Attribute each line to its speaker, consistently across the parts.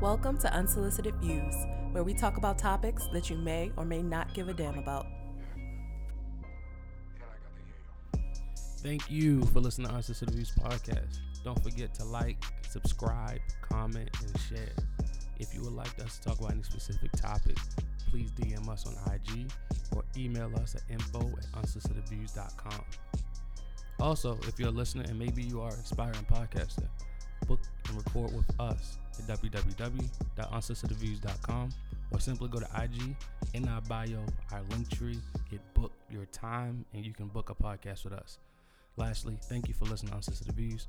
Speaker 1: Welcome to Unsolicited Views, where we talk about topics that you may or may not give a damn about.
Speaker 2: Thank you for listening to Unsolicited Views podcast. Don't forget to like, subscribe, comment, and share. If you would like us to talk about any specific topic, please DM us on IG or email us at info at unsolicitedviews.com. Also, if you're a listener and maybe you are an aspiring podcaster, book and record with us at www.unsolicitedviews.com or simply go to IG in our bio, our link tree, hit book your time, and you can book a podcast with us. Lastly, thank you for listening to Unsolicited Views.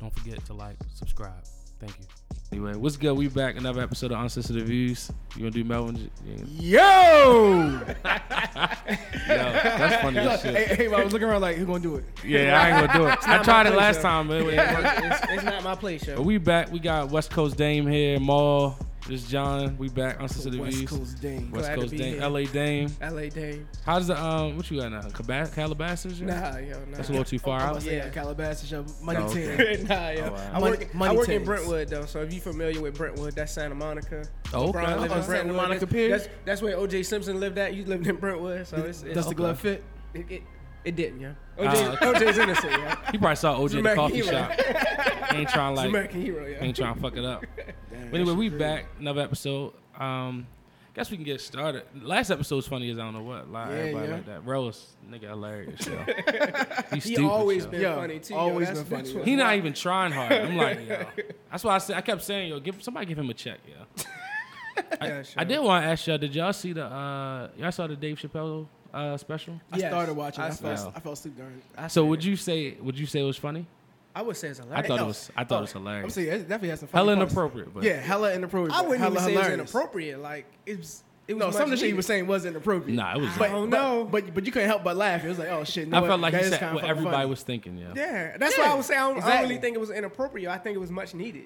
Speaker 2: Don't forget to like, subscribe. Thank you. Anyway, what's good? We back another episode of Unsolicited Views. You want to do Melvin? Yeah.
Speaker 3: Yo!
Speaker 2: Yo, that's funny as
Speaker 3: hey,
Speaker 2: shit.
Speaker 3: hey, I was looking around like, who's gonna do it?
Speaker 2: Yeah, I ain't gonna do it. I tried it
Speaker 3: my
Speaker 2: last
Speaker 3: place,
Speaker 2: time, but it didn't work.
Speaker 3: it's, it's not my place,
Speaker 2: But
Speaker 3: yo.
Speaker 2: we back. We got West Coast Dame here, Maul. This John. We back Unsolicited
Speaker 3: West
Speaker 2: Views.
Speaker 3: Coast Dame.
Speaker 2: West
Speaker 3: Glad to
Speaker 2: Coast
Speaker 3: be
Speaker 2: Dame,
Speaker 3: here.
Speaker 2: LA Dame.
Speaker 3: LA Dame.
Speaker 2: How's the um? What you got now? Cabas- Calabasas? yeah?
Speaker 3: Nah, yo, nah.
Speaker 2: That's a little too far
Speaker 3: I
Speaker 2: out.
Speaker 3: was yeah, Calabasas, yo. Money
Speaker 2: Oh,
Speaker 3: team.
Speaker 2: okay.
Speaker 4: nah, yo.
Speaker 2: Oh, wow.
Speaker 4: I
Speaker 3: Money-
Speaker 4: work,
Speaker 3: money
Speaker 4: I work in
Speaker 3: tens.
Speaker 4: Brentwood though, so if you familiar with Brentwood, that's Santa Monica.
Speaker 2: Oh, okay.
Speaker 4: LeBron lived
Speaker 3: Oh,
Speaker 4: in
Speaker 3: Santa
Speaker 4: Brentwood.
Speaker 3: Monica
Speaker 4: that's,
Speaker 3: Pier?
Speaker 4: that's that's where OJ Simpson lived at. You lived in Brentwood, so it's, it's
Speaker 3: Does the glove fit?
Speaker 4: It, it, it didn't, yeah.
Speaker 2: Ah,
Speaker 4: OJ,
Speaker 2: okay.
Speaker 4: OJ's innocent, yeah.
Speaker 2: You probably saw OJ at the
Speaker 4: American
Speaker 2: coffee
Speaker 4: hero.
Speaker 2: shop. ain't trying like
Speaker 4: American hero, yeah.
Speaker 2: ain't trying to fuck it up.
Speaker 3: Damn,
Speaker 2: But anyway, we back another episode. Um, guess we can get started. Last episode's funny as I don't know what. Like
Speaker 3: Yeah,
Speaker 2: everybody
Speaker 3: yeah.
Speaker 2: like that. Rose, nigga, hilarious. Yo. He's
Speaker 4: He
Speaker 2: stupid,
Speaker 4: always
Speaker 2: yo.
Speaker 4: been
Speaker 3: Yo,
Speaker 4: funny too.
Speaker 3: always
Speaker 4: yo. That's-
Speaker 3: been
Speaker 4: that's
Speaker 3: funny,
Speaker 4: what-
Speaker 2: He not even trying hard. I'm like, yo. That's why I said I kept saying, yo, give somebody give him a check, yo. I,
Speaker 4: Yeah, sure.
Speaker 2: I did want to ask y'all, did y'all see the uh y'all saw the Dave Chappelle uh special?
Speaker 3: I
Speaker 4: Yes,
Speaker 3: started watching. I,
Speaker 4: I
Speaker 3: fell,
Speaker 2: saw.
Speaker 3: I fell asleep during it. I,
Speaker 2: So would you say would you say it was funny?
Speaker 4: I would say it's a
Speaker 2: I
Speaker 4: lot.
Speaker 2: thought it was I thought it was
Speaker 3: am
Speaker 2: hilarious.
Speaker 3: Oh, saying, it definitely has some funny
Speaker 2: Hella
Speaker 3: parts.
Speaker 2: inappropriate, but
Speaker 3: Yeah, hella inappropriate.
Speaker 4: I wouldn't
Speaker 3: hella
Speaker 4: even say
Speaker 3: hilarious.
Speaker 4: it's inappropriate. Like it's it was
Speaker 3: No,
Speaker 4: much
Speaker 3: some of the shit he was
Speaker 4: needed.
Speaker 3: saying was inappropriate.
Speaker 2: Nah, it was- I
Speaker 3: But,
Speaker 4: don't
Speaker 3: but-
Speaker 4: know.
Speaker 3: But, but you couldn't help but laugh. It was like, oh shit. you know
Speaker 2: I
Speaker 3: what?
Speaker 2: felt like
Speaker 3: That
Speaker 2: he
Speaker 3: is
Speaker 2: said
Speaker 3: kinda
Speaker 2: what
Speaker 3: fucking
Speaker 2: everybody
Speaker 3: funny.
Speaker 2: was thinking, yeah.
Speaker 4: Yeah, that's why I would say I don't, I don't
Speaker 3: exactly.
Speaker 4: really think it was inappropriate. I think it was much needed.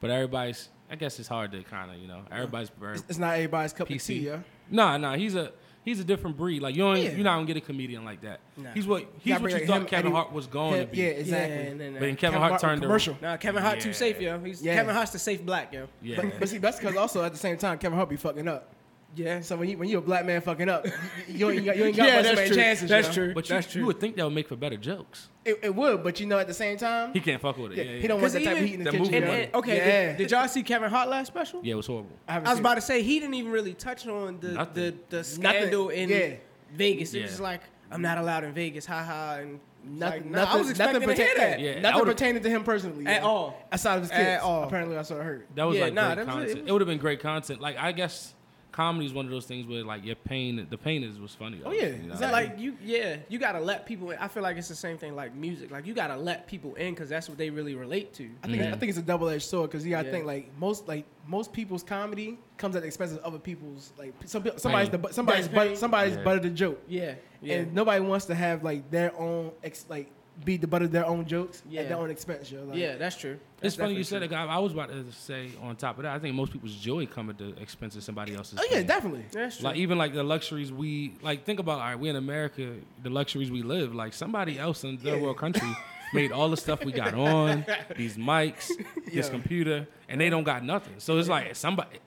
Speaker 2: But everybody's I guess it's hard to kind of, you know, everybody's very
Speaker 3: It's not everybody's cup of
Speaker 2: PC.
Speaker 3: tea, yeah.
Speaker 2: Nah, nah, he's a he's a different breed. Like you don't
Speaker 3: Yeah.
Speaker 2: you're not gonna get a comedian like that. He's what
Speaker 3: You
Speaker 2: he's
Speaker 3: gotta
Speaker 2: what you
Speaker 3: bring
Speaker 2: thought
Speaker 3: him-
Speaker 2: Kevin
Speaker 3: Eddie-
Speaker 2: Hart was going to be.
Speaker 3: Yeah, exactly.
Speaker 4: Yeah, and then, uh,
Speaker 2: But then Kevin Hart turned
Speaker 3: commercial.
Speaker 2: around.
Speaker 4: Nah, Kevin Hart too
Speaker 2: Yeah.
Speaker 4: safe, yo. He's
Speaker 3: Yeah.
Speaker 4: Kevin Hart's too safe black, yo.
Speaker 2: Yeah.
Speaker 3: But, but see, that's because also at the same time, Kevin Hart be fucking up.
Speaker 4: Yeah.
Speaker 3: So when you when you a black man fucking up, you, you, ain't got, you ain't got
Speaker 4: Yeah,
Speaker 3: much
Speaker 4: that's
Speaker 3: many
Speaker 4: true.
Speaker 3: chances.
Speaker 4: That's
Speaker 3: yo.
Speaker 4: true.
Speaker 2: But you,
Speaker 4: That's
Speaker 2: you would think that would make for better jokes.
Speaker 3: It, it would, but you know, at the same time,
Speaker 2: He can't fuck with it.
Speaker 3: yeah,
Speaker 2: Yeah, yeah.
Speaker 3: he don't want that
Speaker 4: Because
Speaker 3: type of
Speaker 4: even-
Speaker 3: heat in the
Speaker 2: that
Speaker 3: kitchen.
Speaker 2: movie
Speaker 4: And,
Speaker 2: Yeah.
Speaker 4: and- okay,
Speaker 3: Yeah.
Speaker 4: did, did y'all see Kevin Hart last special?
Speaker 2: yeah, it was horrible.
Speaker 4: I was about to say he didn't even really touch on the the,
Speaker 2: Nothing.
Speaker 4: the scandal in
Speaker 3: Yeah.
Speaker 4: Vegas. It
Speaker 2: Yeah.
Speaker 4: was just like I'm not allowed in Vegas, haha, and
Speaker 3: nothing.
Speaker 4: like,
Speaker 3: nothing
Speaker 4: nah, I was expecting
Speaker 3: nothing
Speaker 4: to hear
Speaker 3: pertain-
Speaker 4: that.
Speaker 2: Yeah, I
Speaker 3: nothing
Speaker 2: would've-
Speaker 3: pertaining to him personally
Speaker 4: At
Speaker 3: yo.
Speaker 4: all.
Speaker 3: Outside of his
Speaker 4: At
Speaker 3: kids.
Speaker 4: all.
Speaker 3: Apparently, that's what I heard.
Speaker 2: That was
Speaker 4: Yeah,
Speaker 2: like
Speaker 4: nah,
Speaker 2: great
Speaker 4: that was- it
Speaker 2: content. It,
Speaker 4: was-
Speaker 2: would have been great content. Like I guess comedy is one of those things where like your pain, the pain is was funny.
Speaker 3: Oh, yeah.
Speaker 4: It's
Speaker 3: Exactly.
Speaker 4: Like you, yeah, you gotta let people. in. I feel like it's the same thing like music. Like you gotta let people in because that's what they really relate to.
Speaker 3: I think I
Speaker 2: Mm.
Speaker 3: think it's a double edged sword because you gotta
Speaker 4: Yeah.
Speaker 3: think like most like most people's comedy comes at the expense of other people's like some people- somebody's the,
Speaker 2: Pain.
Speaker 3: bu- somebody's
Speaker 4: That's
Speaker 3: but,
Speaker 4: pain.
Speaker 3: somebody's
Speaker 2: Yeah.
Speaker 3: buttered the joke.
Speaker 4: Yeah, yeah.
Speaker 3: and nobody wants to have like their own ex- like be the butt of their own jokes
Speaker 4: Yeah.
Speaker 3: at their own expense. Yo. Like,
Speaker 4: yeah, that's true.
Speaker 2: It's
Speaker 4: That's
Speaker 2: funny you said
Speaker 4: definitely true.
Speaker 2: that. 'cause I I was about to say on top of that, I think most people's joy come at the expense of somebody else's.
Speaker 3: Oh yeah,
Speaker 2: pain.
Speaker 3: definitely.
Speaker 4: That's true.
Speaker 2: Like even like the luxuries we like think about. All right, we in America, the luxuries we live. Like somebody else in the world country made all the stuff we got on, these mics, this
Speaker 3: Yeah.
Speaker 2: computer, and they don't got nothing. So it's like somebody.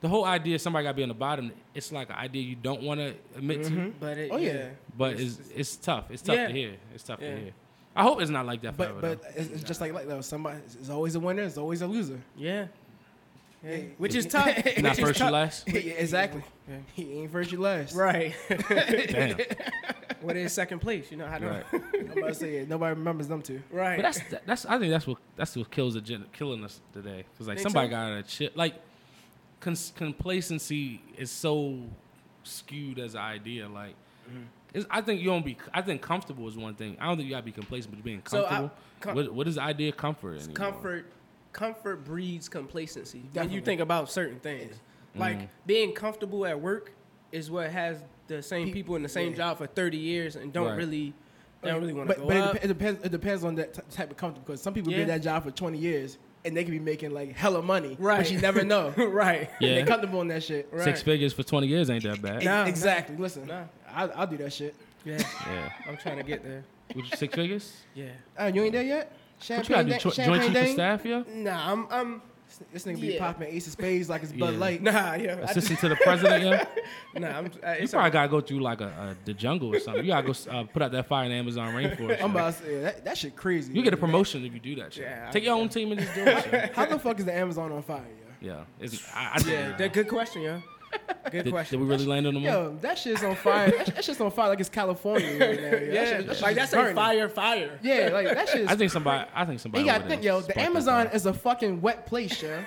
Speaker 2: The whole idea somebody got to be on the bottom. It's like an idea you don't want to admit to,
Speaker 4: but it,
Speaker 3: Oh, yeah.
Speaker 4: yeah.
Speaker 2: but it's it's tough. It's tough
Speaker 4: Mm-hmm. Yeah.
Speaker 2: to hear. It's tough
Speaker 4: Yeah.
Speaker 2: to hear. I hope it's not like that forever.
Speaker 3: But but
Speaker 2: though.
Speaker 3: it's, it's just like like though, somebody is always a winner, is always a loser.
Speaker 4: Yeah.
Speaker 3: Yeah.
Speaker 4: Which is tough.
Speaker 2: not
Speaker 4: Which is
Speaker 2: first, you
Speaker 4: tough.
Speaker 2: last.
Speaker 3: Yeah, exactly. He ain't first, you last.
Speaker 4: Right.
Speaker 2: Damn.
Speaker 4: what is second place? You know how to.
Speaker 2: Right.
Speaker 4: Right.
Speaker 3: I'm about to say it. Nobody remembers them two.
Speaker 2: But that's that- that's I think that's what that's what kills the gen- killing us today. Cause like
Speaker 4: Think
Speaker 2: somebody
Speaker 4: so?
Speaker 2: got a chip. Like cons- complacency is so skewed as an idea. Like
Speaker 4: Mm-hmm.
Speaker 2: it's, I think you don't be. I think comfortable is one thing. I don't think you gotta be complacent, but being
Speaker 4: So I-
Speaker 2: comfortable.
Speaker 4: com-
Speaker 2: what, what is the idea of comfort? Anymore?
Speaker 4: comfort comfort breeds complacency when
Speaker 3: Definitely.
Speaker 4: you think about certain things like
Speaker 2: Mm-hmm.
Speaker 4: being comfortable at work is what has the same
Speaker 3: Pe-
Speaker 4: people in the same
Speaker 3: yeah.
Speaker 4: job for 30 years and don't
Speaker 2: Right.
Speaker 4: really they don't really want to
Speaker 3: But,
Speaker 4: go
Speaker 3: but it,
Speaker 4: up.
Speaker 3: dep- it depends. It depends on that t- type of comfort because some people be
Speaker 4: Yeah.
Speaker 3: in that job for 20 years and they could be making like hella money,
Speaker 4: Right.
Speaker 3: But you never know.
Speaker 4: right
Speaker 2: Yeah.
Speaker 3: They're comfortable in that shit.
Speaker 4: Right.
Speaker 2: Six figures for twenty years ain't that bad.
Speaker 3: E-
Speaker 4: Yeah. Nah, nah.
Speaker 3: exactly. Listen,
Speaker 4: Nah.
Speaker 3: I, I'll do that shit.
Speaker 4: yeah
Speaker 2: Yeah.
Speaker 4: i'm trying to get there
Speaker 2: Which, six figures?
Speaker 4: yeah
Speaker 3: Uh, you ain't there yet.
Speaker 2: What you gotta do?
Speaker 3: Champagne,
Speaker 2: Cho-
Speaker 3: da- champagne
Speaker 2: joint chief of
Speaker 3: dang?
Speaker 2: staff, yeah.
Speaker 4: nah i'm i'm
Speaker 3: This nigga be
Speaker 4: Yeah.
Speaker 3: popping Ace of Spades like it's Bud
Speaker 2: Yeah.
Speaker 3: Light.
Speaker 4: Nah, yeah. I just,
Speaker 2: Assistant to the president, yeah.
Speaker 4: nah, I'm, uh,
Speaker 2: You
Speaker 4: it's
Speaker 2: probably gotta go through like a, a the jungle or something. You gotta go uh, put out that fire in the Amazon rainforest.
Speaker 3: I'm
Speaker 2: yo.
Speaker 3: about to say, yeah, that, that shit crazy.
Speaker 2: you get a promotion if you do that shit.
Speaker 4: Yeah, I-
Speaker 2: Take your own team and just do it. yo.
Speaker 3: How the fuck is the Amazon on fire, yo?
Speaker 2: Yeah, it's, I, I
Speaker 4: yeah,
Speaker 2: did,
Speaker 4: that good question, yo. Good
Speaker 2: did,
Speaker 4: question.
Speaker 2: did we really land on the one?
Speaker 3: Yo, that shit's on fire. that, sh- that shit's on fire like it's California right now. Yo. That
Speaker 4: yeah,
Speaker 3: shit- that shit
Speaker 4: like
Speaker 3: is
Speaker 4: that's a
Speaker 3: burning.
Speaker 4: fire, fire.
Speaker 3: Yeah, like that shit. Is,
Speaker 2: I think somebody. I think somebody.
Speaker 3: you gotta
Speaker 2: over
Speaker 3: think,
Speaker 2: there
Speaker 3: yo. The
Speaker 2: sparked that
Speaker 3: Amazon
Speaker 2: fire.
Speaker 3: is a fucking wet place, yo.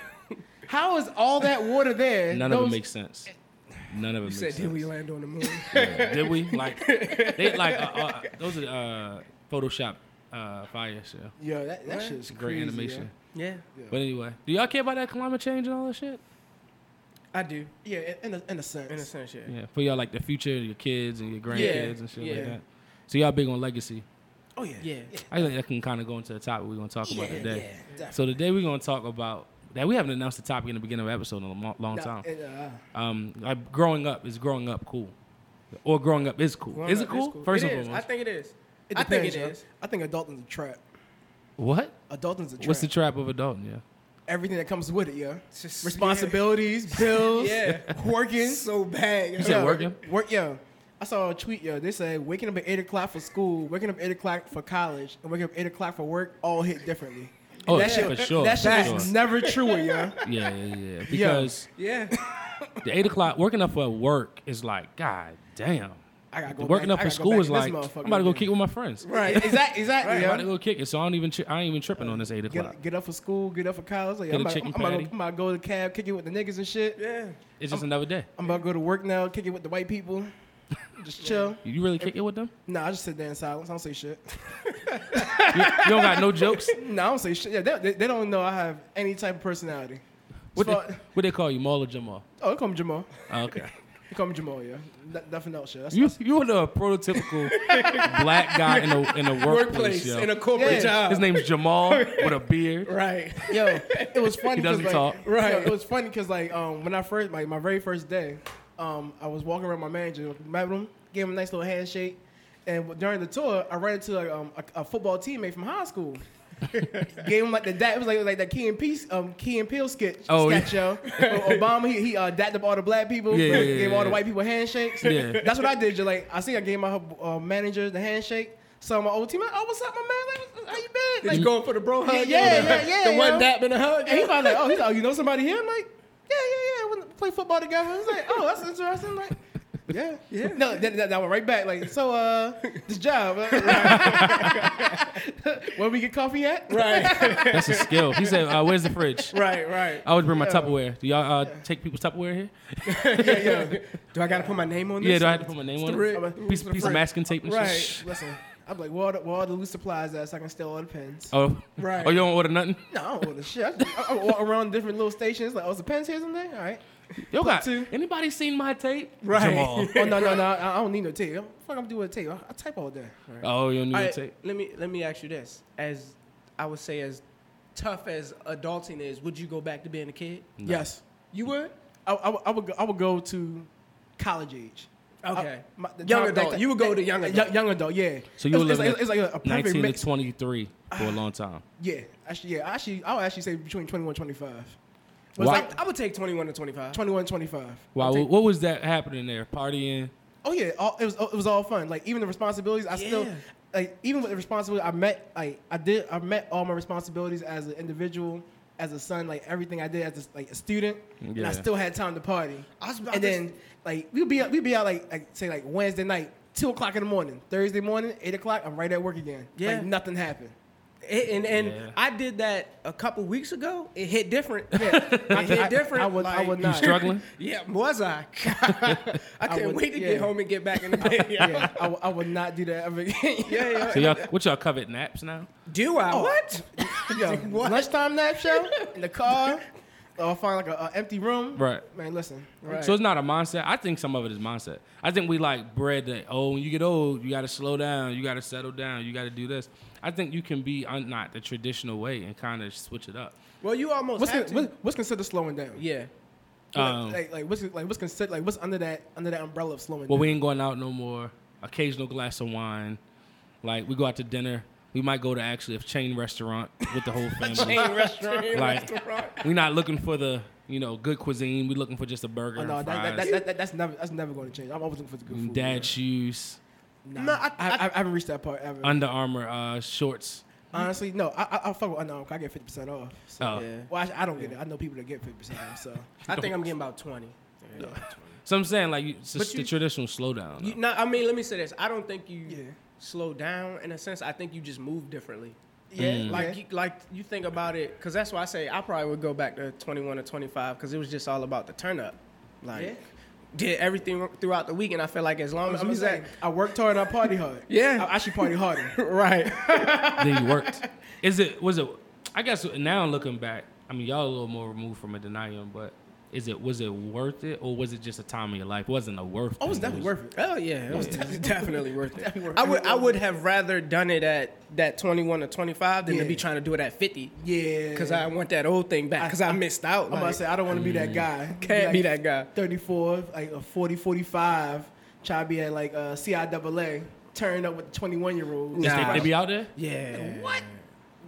Speaker 3: How is all that water there?
Speaker 2: None of
Speaker 3: Those-
Speaker 2: it makes sense. None of it
Speaker 4: You
Speaker 2: makes
Speaker 4: said,
Speaker 2: sense.
Speaker 4: did we land on the moon?
Speaker 2: Yeah. Did we? Like, they like uh, uh, those are uh, Photoshop uh, fires. Yeah,
Speaker 3: Yo, that, that shit's
Speaker 2: great
Speaker 3: crazy,
Speaker 2: animation.
Speaker 4: yeah,
Speaker 2: But anyway, do y'all care about that climate change and all that shit?
Speaker 4: I do.
Speaker 3: Yo. Yeah, in a, in a sense.
Speaker 4: In a sense, yeah.
Speaker 2: Yeah, for y'all like the future, your kids and your grandkids and shit
Speaker 4: yeah.
Speaker 2: like that. So y'all big on legacy.
Speaker 3: Oh yeah.
Speaker 4: Yeah.
Speaker 2: I think that can kind of go into the topic we're gonna talk about
Speaker 3: Yeah,
Speaker 2: today.
Speaker 3: yeah, definitely.
Speaker 2: so today we're gonna talk about that we haven't announced the topic in the beginning of the episode in a long, long
Speaker 3: Nah,
Speaker 2: time.
Speaker 3: and, uh,
Speaker 2: um, like growing up is growing up cool, or growing up is cool.
Speaker 4: Growing
Speaker 2: is
Speaker 4: up
Speaker 2: it cool? First
Speaker 4: It
Speaker 2: of
Speaker 4: is.
Speaker 2: all,
Speaker 4: I think it is.
Speaker 3: it
Speaker 4: I think
Speaker 3: depends,
Speaker 4: it
Speaker 3: yo.
Speaker 4: is.
Speaker 3: I think adulting's a trap.
Speaker 2: what?
Speaker 3: Adulting's a trap.
Speaker 2: What's the trap of adulting? Yeah,
Speaker 3: Everything that comes with it, yeah.
Speaker 4: Just-
Speaker 3: Responsibilities, bills,
Speaker 4: Yeah.
Speaker 3: working.
Speaker 4: So bad.
Speaker 2: You said
Speaker 3: Yo,
Speaker 2: working?
Speaker 3: Work, yo. I saw a tweet, yo. They said waking up at eight o'clock for school, waking up at eight o'clock for college, and waking up at eight o'clock for work all hit differently.
Speaker 2: Oh,
Speaker 3: that
Speaker 2: yeah,
Speaker 3: shit,
Speaker 2: for sure,
Speaker 3: That shit
Speaker 2: for
Speaker 3: is
Speaker 2: sure.
Speaker 3: never true, yo.
Speaker 2: yeah, yeah, yeah. Because
Speaker 4: Yeah.
Speaker 2: the eight o'clock working up for work is like, god damn.
Speaker 3: I gotta go.
Speaker 2: working
Speaker 3: back-
Speaker 2: up for
Speaker 3: I gotta go back
Speaker 2: school is
Speaker 3: to
Speaker 2: like,
Speaker 3: this
Speaker 2: I'm
Speaker 3: motherfucker
Speaker 2: about to go
Speaker 3: again.
Speaker 2: kick with my friends.
Speaker 3: Right, exactly, exactly.
Speaker 2: I'm about to
Speaker 3: yo.
Speaker 2: go kick it, so I don't even. Tri- I ain't even tripping on this eight o'clock.
Speaker 3: Get, get up for school, get up for college. Like,
Speaker 2: Get a
Speaker 3: I'm, about,
Speaker 2: chicken
Speaker 3: I'm, about to,
Speaker 2: patty.
Speaker 3: I'm about to go to the cab, kick it with the niggas and shit.
Speaker 4: Yeah.
Speaker 2: It's just another day.
Speaker 3: I'm about to go to work now, kick it with the white people. Just chill.
Speaker 2: You really kick it with them?
Speaker 3: Nah, I just sit there in silence. I don't say shit.
Speaker 2: You, you don't got no jokes.
Speaker 3: No, I don't say shit. Yeah, they, they, they don't know I have any type of personality.
Speaker 2: What they,
Speaker 3: Fuck.
Speaker 2: what they call you, Maul or Jamal?
Speaker 3: oh, they call me Jamal.
Speaker 2: Oh, okay.
Speaker 3: They call me Jamal, yeah. N- nothing else, yeah. That's,
Speaker 2: You you were the prototypical black guy in a in a workplace.
Speaker 4: Workplace
Speaker 2: yo.
Speaker 4: in a corporate
Speaker 3: Yeah.
Speaker 4: job.
Speaker 2: His name's Jamal with a beard.
Speaker 4: right.
Speaker 3: yo, it was funny.
Speaker 2: He
Speaker 3: 'cause,
Speaker 2: doesn't
Speaker 3: like,
Speaker 2: talk.
Speaker 3: Right.
Speaker 4: Right.
Speaker 3: Yo, it was funny because, like, um, when I first, like, my very first day, um, I was walking around my manager, met him, gave him a nice little handshake. And during the tour, I ran into like, um, a, a football teammate from high school. Gave him like the dad. It was like, it was like that Key and Peace, um, Key and Peele sketch.
Speaker 2: Oh,
Speaker 3: sketch, yo. O- Obama, he, he uh, dapped up all the black people.
Speaker 2: Yeah, yeah, yeah,
Speaker 3: gave all the
Speaker 2: yeah.
Speaker 3: white people handshakes.
Speaker 2: Yeah.
Speaker 3: That's what I did. Just like I see, I gave my uh, manager the handshake. So my old teammate, oh, what's up, my man? Like, how you been?
Speaker 4: Did
Speaker 3: Like,
Speaker 4: you go for the bro hug?
Speaker 3: Oh, yeah, yeah,
Speaker 4: The-
Speaker 3: yeah,
Speaker 4: The
Speaker 3: yo.
Speaker 4: one dap and a hug.
Speaker 3: and he probably like, oh, he's like, oh, you know somebody here? I'm like, yeah, yeah, yeah. We play football together. I was like, oh, that's interesting. I'm like, yeah, yeah. No, that, that, that went right back. Like, so, uh, this job. uh, Where we get coffee at?
Speaker 4: Right.
Speaker 2: That's a skill. He said, uh, "Where's the fridge?"
Speaker 4: right. Right.
Speaker 2: I always bring my Tupperware. Do y'all uh, take people's Tupperware here?
Speaker 4: yeah, yeah. Do I gotta put my name on this?
Speaker 2: Yeah, do I have to put my name on
Speaker 4: Right.
Speaker 2: it?
Speaker 3: I'm like,
Speaker 2: Piece, piece of masking tape and
Speaker 3: right.
Speaker 2: shit.
Speaker 3: Listen, I'm like, where all the, where all the loose supplies at so I can steal all the pens?
Speaker 2: Oh,
Speaker 4: Right.
Speaker 2: oh, you don't order nothing.
Speaker 3: No, I don't order shit. I, just- I, I walk around different little stations. Like, oh, is the pens here someday? All right.
Speaker 2: Yo, got
Speaker 3: two.
Speaker 2: anybody seen my tape?
Speaker 4: Right.
Speaker 2: Jamal.
Speaker 3: Oh, no, no, no. I, I don't need no tape. What the fuck I'm doing with tape? I, I type all day. All right.
Speaker 2: Oh, you don't need
Speaker 4: All
Speaker 2: no
Speaker 4: right,
Speaker 2: tape.
Speaker 4: let me let me ask you this: as I would say, as tough as adulting is, would you go back to being a kid?
Speaker 3: Yes.
Speaker 4: You would.
Speaker 3: I, I, would- I would go, I would go to college age.
Speaker 4: Okay.
Speaker 3: I- my- the
Speaker 4: Young
Speaker 3: time-
Speaker 4: adult. You would go to young
Speaker 3: y-
Speaker 4: adult.
Speaker 3: Young adult, yeah.
Speaker 2: So you were
Speaker 3: it's, it's,
Speaker 2: living
Speaker 3: like, it's like a, a perfect
Speaker 2: Nineteen to
Speaker 3: mix.
Speaker 2: twenty-three for a long time.
Speaker 3: Yeah, actually, yeah. Actually, I would actually say between 21 25. But
Speaker 2: Why-
Speaker 3: it's like
Speaker 4: I would take twenty-one to twenty-five.
Speaker 3: 21 25.
Speaker 2: Wow, what was that happening there? Partying.
Speaker 3: Oh yeah, all, it was it was all fun. Like even the responsibilities, I still
Speaker 4: Yeah.
Speaker 3: like even with the responsibility, I met like I did I met all my responsibilities as an individual, as a son, like everything I did as a, like a student, and
Speaker 2: Yeah.
Speaker 3: I still had time to party.
Speaker 4: I was about
Speaker 3: And
Speaker 4: to-
Speaker 3: then like we'd be we'd be out like, like say like Wednesday night, two o'clock in the morning, Thursday morning, eight o'clock, I'm right at work again.
Speaker 4: Yeah.
Speaker 3: like nothing happened.
Speaker 4: And, and
Speaker 2: Yeah.
Speaker 4: I did that a couple weeks ago. It hit different.
Speaker 3: Yeah,
Speaker 4: It hit different.
Speaker 3: I would I
Speaker 4: like-
Speaker 3: would
Speaker 2: You
Speaker 3: not.
Speaker 2: struggling?
Speaker 4: Yeah, was I? I couldn't
Speaker 3: would-
Speaker 4: wait to
Speaker 3: yeah.
Speaker 4: get home and get back in the bed.
Speaker 3: Yeah, I, would- I would not do that ever again.
Speaker 4: yeah, yeah.
Speaker 2: So y'all, what y'all covet naps now?
Speaker 4: Do I?
Speaker 3: Oh.
Speaker 4: What?
Speaker 3: Yo,
Speaker 4: What?
Speaker 3: lunchtime nap show in the car. Or I'll find like an empty room.
Speaker 2: Right.
Speaker 3: Man, listen.
Speaker 4: Right.
Speaker 2: So it's not a mindset. I think some of it is mindset. I think we like bred that. Oh, when you get old, you got to slow down. You got to settle down. You got to do this. I think you can be un- not the traditional way and kind of switch it up.
Speaker 4: well, you almost
Speaker 3: What's,
Speaker 4: had
Speaker 3: con-
Speaker 4: to.
Speaker 3: what's, what's considered slowing down?
Speaker 4: yeah.
Speaker 3: Like-
Speaker 2: Um,
Speaker 3: like, like what's like what's considered like what's under that under that umbrella of slowing
Speaker 2: well,
Speaker 3: down?
Speaker 2: we ain't going out no more. Occasional glass of wine. Like we go out to dinner. We might go to actually a chain restaurant with the whole family.
Speaker 4: Chain restaurant.
Speaker 2: like we're not looking for the you know good cuisine. We're looking for just a burger
Speaker 3: Oh, no,
Speaker 2: and
Speaker 3: that, that,
Speaker 2: fries,
Speaker 3: that, that, that, that's never that's never going to change. I'm always looking for the good
Speaker 2: and
Speaker 3: food.
Speaker 2: dad
Speaker 3: yeah.
Speaker 2: shoes,
Speaker 3: Nah, no, I, I, I, haven't reached that part ever.
Speaker 2: Under Armour uh, shorts.
Speaker 3: Honestly, no. I, I, I fuck with Under Armour. 'cause I get fifty percent off. So.
Speaker 2: Oh.
Speaker 4: Yeah.
Speaker 3: Well, I, I don't get it. I know people that get fifty percent off. So
Speaker 4: I think I'm getting about 20.
Speaker 2: So I'm saying like you- it's just
Speaker 4: But
Speaker 2: the
Speaker 4: you-
Speaker 2: traditional slowdown.
Speaker 4: You, no, I mean, let me say this. I don't think you
Speaker 3: Yeah.
Speaker 4: slow down in a sense. I think you just move differently.
Speaker 3: yeah,
Speaker 2: Mm.
Speaker 4: Like, you, like you think about it, because that's why I say I probably would go back to 21 or 25, because it was just all about the turn up. Like,
Speaker 3: Yeah.
Speaker 4: did everything throughout the week, and I feel like as long as
Speaker 3: I'm
Speaker 4: we
Speaker 3: just saying,
Speaker 4: at
Speaker 3: I worked hard and I party hard.
Speaker 4: Yeah.
Speaker 3: I, I should party harder.
Speaker 4: right,
Speaker 2: then you worked. Is it was it? I guess now looking back, I mean y'all a little more removed from it than I am, but is it was it worth it or was it just a time in your life? Wasn't a worth.
Speaker 3: Oh, it's
Speaker 2: thing,
Speaker 3: definitely
Speaker 2: was-
Speaker 3: worth it.
Speaker 4: oh yeah, it was definitely worth it.
Speaker 3: Definitely worth
Speaker 4: I
Speaker 3: it.
Speaker 4: would I would have rather done it at that 21 or 25 than to be
Speaker 3: Yeah.
Speaker 4: trying to do it at 50,
Speaker 3: Yeah,
Speaker 4: because I want that old thing back, because I, missed out.
Speaker 3: I'm about to
Speaker 4: like- mm.
Speaker 3: say I don't want to be that guy.
Speaker 4: Can't be that guy.
Speaker 3: 34, like a 40, 45, try to be at like uh, CIAA, turn up with the 21 year old.
Speaker 2: Is they,
Speaker 4: Nah.
Speaker 2: they be out there.
Speaker 4: yeah,
Speaker 3: What?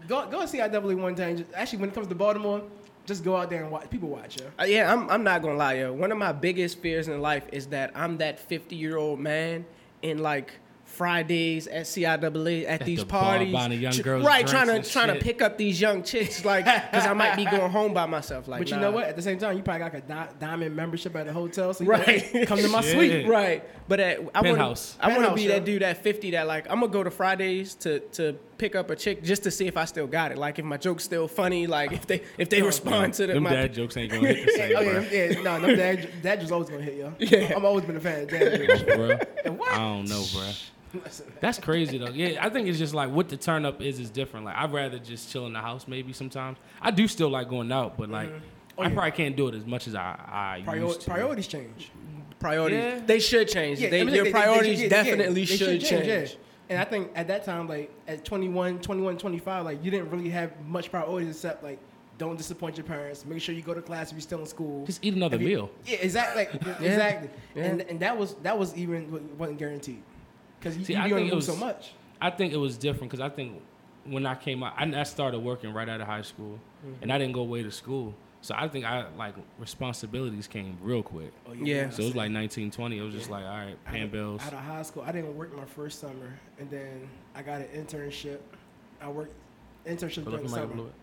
Speaker 3: Go go to CIAA one time. Just, actually, when it comes to Baltimore, just go out there and watch. People watch you.
Speaker 4: Uh, yeah, I'm, I'm not gonna lie, yo. One of my biggest fears in life is that I'm that 50 year old man in like Fridays at CIAA at,
Speaker 2: At
Speaker 4: these
Speaker 2: the bar
Speaker 4: parties,
Speaker 2: buying the young
Speaker 4: tr-
Speaker 2: girls
Speaker 4: right?
Speaker 2: drinks
Speaker 4: Trying to
Speaker 2: and
Speaker 4: trying to
Speaker 2: shit.
Speaker 4: pick up these young chicks, like because I might be going home by myself. Like,
Speaker 3: But you know
Speaker 4: nah.
Speaker 3: what? At the same time, you probably got like a di- diamond membership at a hotel, so you
Speaker 4: Right.
Speaker 3: can come to my
Speaker 2: Shit.
Speaker 3: suite.
Speaker 4: Right, but at, I want
Speaker 2: Penthouse.
Speaker 4: I want to
Speaker 3: Penthouse,
Speaker 4: be
Speaker 3: yo.
Speaker 4: that dude at 50 that like I'm gonna go to Fridays to to pick up a chick just to see if I still got it. Like if my joke's still funny, like if they if they respond to the,
Speaker 2: Them
Speaker 4: my
Speaker 2: dad jokes ain't gonna hit the same.
Speaker 3: Oh yeah,
Speaker 2: bruh.
Speaker 3: yeah, no, no, dad, dad just always gonna hit you.
Speaker 4: Yeah.
Speaker 3: I'm always been a fan of dad. jokes.
Speaker 2: For real?
Speaker 3: What?
Speaker 2: I don't know, bro. That's crazy though. Yeah, I think it's just like what the turn up is is different. Like I'd rather just chill in the house maybe sometimes. I do still like going out, but like
Speaker 3: Mm-hmm. Oh,
Speaker 2: I probably can't do it as much as I I
Speaker 3: Prior-
Speaker 2: used to.
Speaker 3: priorities change.
Speaker 4: priorities
Speaker 2: Yeah.
Speaker 4: they should change.
Speaker 3: Yeah,
Speaker 4: they,
Speaker 3: I mean,
Speaker 4: your
Speaker 3: they- they- they-
Speaker 4: priorities
Speaker 3: yeah, yeah,
Speaker 4: definitely
Speaker 3: they
Speaker 4: should, change.
Speaker 3: yeah. And I think at that time, like at 21, 21, 25, like you didn't really have much priorities except like don't disappoint your parents, make sure you go to class if you're still in school.
Speaker 2: Just eat another
Speaker 3: If you-
Speaker 2: meal.
Speaker 3: Yeah, exactly. Like,
Speaker 4: Yeah.
Speaker 3: Exactly.
Speaker 4: Yeah.
Speaker 3: And and that was that was even wa- wasn't guaranteed because you,
Speaker 2: See,
Speaker 3: you
Speaker 2: I
Speaker 3: be on the
Speaker 2: think it
Speaker 3: move so
Speaker 2: was-
Speaker 3: much.
Speaker 2: I think it was different because I think when I came out, I, I started working right out of high school,
Speaker 3: Mm-hmm.
Speaker 2: and I didn't go away to school. So I think I like responsibilities came real quick.
Speaker 3: Oh,
Speaker 4: Yeah.
Speaker 2: So it was like 1920. It was just like all right,
Speaker 3: Out
Speaker 2: paying
Speaker 3: of-
Speaker 2: bills.
Speaker 3: Out of high school, I didn't work my first summer, and then I got an internship. I worked internships
Speaker 2: But look,
Speaker 3: during the
Speaker 2: somebody
Speaker 3: summer.
Speaker 2: blew it.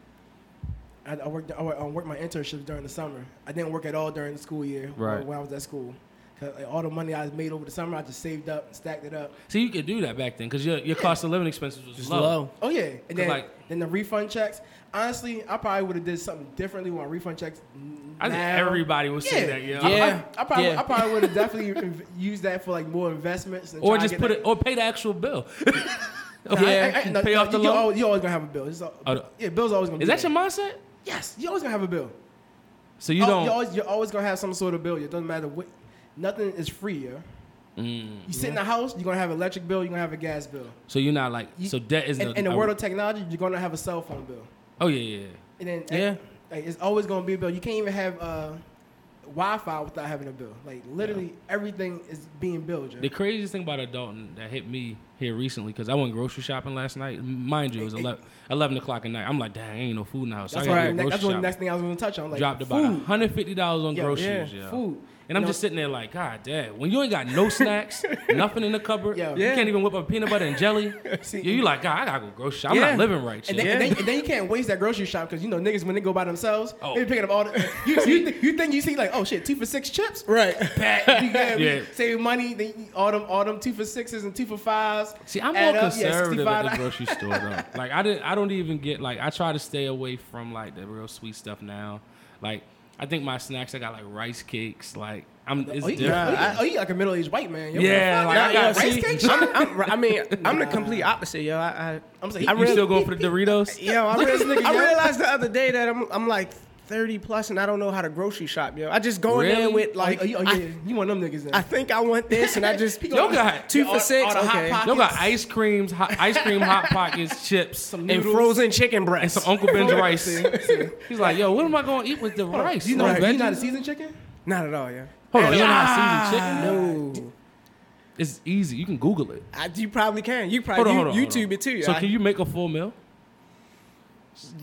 Speaker 3: I, I worked. I worked, I worked my internships during the summer. I didn't work at all during the school year. or
Speaker 2: Right.
Speaker 3: When I was at school, 'Cause, like, all the money I made over the summer, I just saved up, stacked it up.
Speaker 2: So you could do that back then because your, your cost of living expenses was
Speaker 4: Just
Speaker 2: low.
Speaker 4: low.
Speaker 3: Oh yeah, and then
Speaker 2: like-
Speaker 3: then the refund checks. Honestly, I probably would have did something differently with my refund checks. n-
Speaker 2: I think
Speaker 3: now.
Speaker 2: everybody would say
Speaker 3: Yeah.
Speaker 2: that. Yeah.
Speaker 3: I- I-
Speaker 4: Yeah.
Speaker 3: I, probably,
Speaker 4: Yeah.
Speaker 3: I probably would have definitely inv- used that for like more investments. and
Speaker 2: Or
Speaker 3: try to
Speaker 2: just
Speaker 3: get
Speaker 2: put
Speaker 3: that-
Speaker 2: it, or pay the actual bill.
Speaker 3: Nah, I- I- I- no,
Speaker 2: pay
Speaker 3: no,
Speaker 2: off the
Speaker 3: you
Speaker 2: loan.
Speaker 3: Always, you always gonna have a bill. It's all-
Speaker 2: Oh, the-
Speaker 3: yeah, bills always gonna.
Speaker 2: Is
Speaker 3: be
Speaker 2: that
Speaker 3: there.
Speaker 2: your mindset?
Speaker 3: Yes, you always gonna have a bill.
Speaker 2: So you
Speaker 3: Oh,
Speaker 2: don't.
Speaker 3: You're always, you're always gonna have some sort of bill. It doesn't matter what. Nothing is free. Yeah?
Speaker 2: Mm.
Speaker 3: You sit in the house, you're gonna have electric bill, you're gonna have a gas bill.
Speaker 2: so you're not like.
Speaker 3: You-
Speaker 2: so debt isn't.
Speaker 3: And in the world of technology, you're gonna have a cell phone bill.
Speaker 2: oh yeah, yeah. yeah.
Speaker 3: And then
Speaker 4: Yeah.
Speaker 3: like, it's always gonna be a bill. You can't even have uh, Wi-Fi without having a bill. Like literally everything is being billed. yo.
Speaker 2: The craziest thing about adulting that hit me here recently because I went grocery shopping last night. Mind you, it was 11, 11 o'clock at night. I'm like, dang, ain't no food in the house. So
Speaker 3: That's,
Speaker 2: I
Speaker 3: what
Speaker 2: gotta
Speaker 3: the
Speaker 2: go
Speaker 3: ne- that's
Speaker 2: grocery
Speaker 3: what the next
Speaker 2: shopping.
Speaker 3: thing I was gonna touch on. Like
Speaker 2: Dropped about
Speaker 3: food.
Speaker 2: $150 on
Speaker 3: Yeah,
Speaker 2: groceries.
Speaker 4: yeah,
Speaker 2: Yeah,
Speaker 3: food.
Speaker 2: And I'm
Speaker 3: You know,
Speaker 2: just sitting there like, God damn, when you ain't got no snacks, nothing in the cupboard,
Speaker 3: Yeah.
Speaker 2: you
Speaker 4: Yeah.
Speaker 2: can't even whip up peanut butter and jelly.
Speaker 3: See-
Speaker 2: you you like, God, I gotta go grocery shopping. I'm
Speaker 4: Yeah.
Speaker 2: not living right.
Speaker 3: And
Speaker 2: yo.
Speaker 3: then, and, then, and then you can't waste that grocery shop because you know niggas when they go by themselves,
Speaker 2: Oh.
Speaker 3: they be picking up all the. You, you, thi- you think you see like oh shit two for six chips,
Speaker 4: Right.
Speaker 3: Pat, you get me?
Speaker 2: Yeah.
Speaker 3: save money. Then you- all them all them two for sixes and two for fives.
Speaker 2: See, I'm
Speaker 3: Add
Speaker 2: more
Speaker 3: up, yeah,
Speaker 2: conservative at the
Speaker 3: $65.
Speaker 2: grocery store though. Like I didn't, I don't even get like I try to stay away from like the real sweet stuff now. Like I think my snacks, I got like rice cakes. Like I'm, it's
Speaker 3: Oh, you,
Speaker 2: different.
Speaker 3: oh, you- oh, you like a middle aged white man. yo.
Speaker 2: Yeah,
Speaker 3: Fuck,
Speaker 2: like, I got
Speaker 3: you got rice
Speaker 2: see-
Speaker 3: cake.
Speaker 4: I'm, I'm, I mean, I'm the complete opposite, yo. I, I,
Speaker 3: I'm saying,
Speaker 2: you
Speaker 3: I really,
Speaker 2: still going for the Doritos?
Speaker 4: yo, I,
Speaker 3: Look at
Speaker 4: real-
Speaker 3: this nigga,
Speaker 4: I
Speaker 3: yo.
Speaker 4: realized the other day that I'm, I'm like 30 plus and I don't know how to grocery shop, yo. I just go in there
Speaker 2: Really?
Speaker 4: with like,
Speaker 3: like, oh, you, oh,
Speaker 4: I-
Speaker 3: yeah, you want them niggas? Then.
Speaker 4: I, think I want this and I just
Speaker 3: Yo,
Speaker 2: Yo got
Speaker 4: two
Speaker 3: Yeah, all-
Speaker 4: for six,
Speaker 3: all the Hot
Speaker 4: okay,
Speaker 3: Pockets.
Speaker 2: yo got ice creams, hot, ice cream, hot pockets, chips,
Speaker 4: and frozen chicken breast.
Speaker 2: some Uncle Ben's rice. He's like, yo, what am I gonna eat with the rice?
Speaker 3: you know,
Speaker 2: No
Speaker 3: you not a
Speaker 2: veggies?
Speaker 3: seasoned chicken.
Speaker 4: Not at all, yo.
Speaker 2: Hold on, you're not seasoned chicken.
Speaker 4: No.
Speaker 2: It's easy. You can Google it.
Speaker 4: I, you probably can. You
Speaker 2: Hold
Speaker 4: probably
Speaker 2: on,
Speaker 4: you-
Speaker 2: hold on, hold
Speaker 4: YouTube
Speaker 2: on.
Speaker 4: it too.
Speaker 2: So
Speaker 4: I-
Speaker 2: can you make a full meal?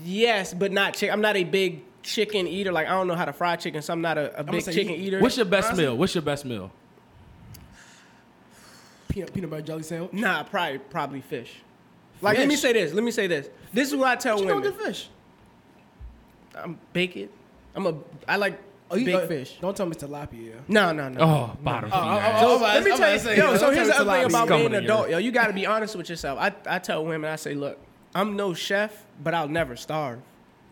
Speaker 4: yes, but not chicken. I'm not a big chicken eater. Like I don't know how to fry chicken, so I'm not a, a
Speaker 3: gonna
Speaker 4: big
Speaker 3: say
Speaker 4: chicken
Speaker 3: you-
Speaker 4: eater.
Speaker 2: What's your best
Speaker 3: Honestly-
Speaker 2: meal? What's your best meal?
Speaker 3: Peanut, peanut butter jelly sandwich.
Speaker 4: Nah, probably probably fish. Like let me
Speaker 2: Fish?
Speaker 4: say this. Let me say this. This is what I tell
Speaker 3: You don't
Speaker 4: women.
Speaker 3: get fish.
Speaker 4: I'm bake it. I'm a I like
Speaker 3: Oh, you-
Speaker 4: big
Speaker 3: uh,
Speaker 4: fish.
Speaker 3: Don't tell me it's tilapia.
Speaker 4: No, no, no.
Speaker 2: Oh, bottom feeder.
Speaker 3: oh, I'm about
Speaker 4: let
Speaker 3: to-
Speaker 4: me
Speaker 3: I'm
Speaker 4: tell
Speaker 3: about
Speaker 4: you,
Speaker 3: to say,
Speaker 4: yo.
Speaker 3: yeah,
Speaker 4: So
Speaker 3: don't
Speaker 4: here's
Speaker 3: tell
Speaker 4: the
Speaker 3: me
Speaker 4: other
Speaker 3: tilapia.
Speaker 4: thing about
Speaker 2: Scum
Speaker 4: being
Speaker 2: of
Speaker 4: an
Speaker 2: the
Speaker 4: adult,
Speaker 2: earth.
Speaker 4: yo. You got to be honest with yourself. I, I tell women, I say, look, I'm no chef, but I'll never starve.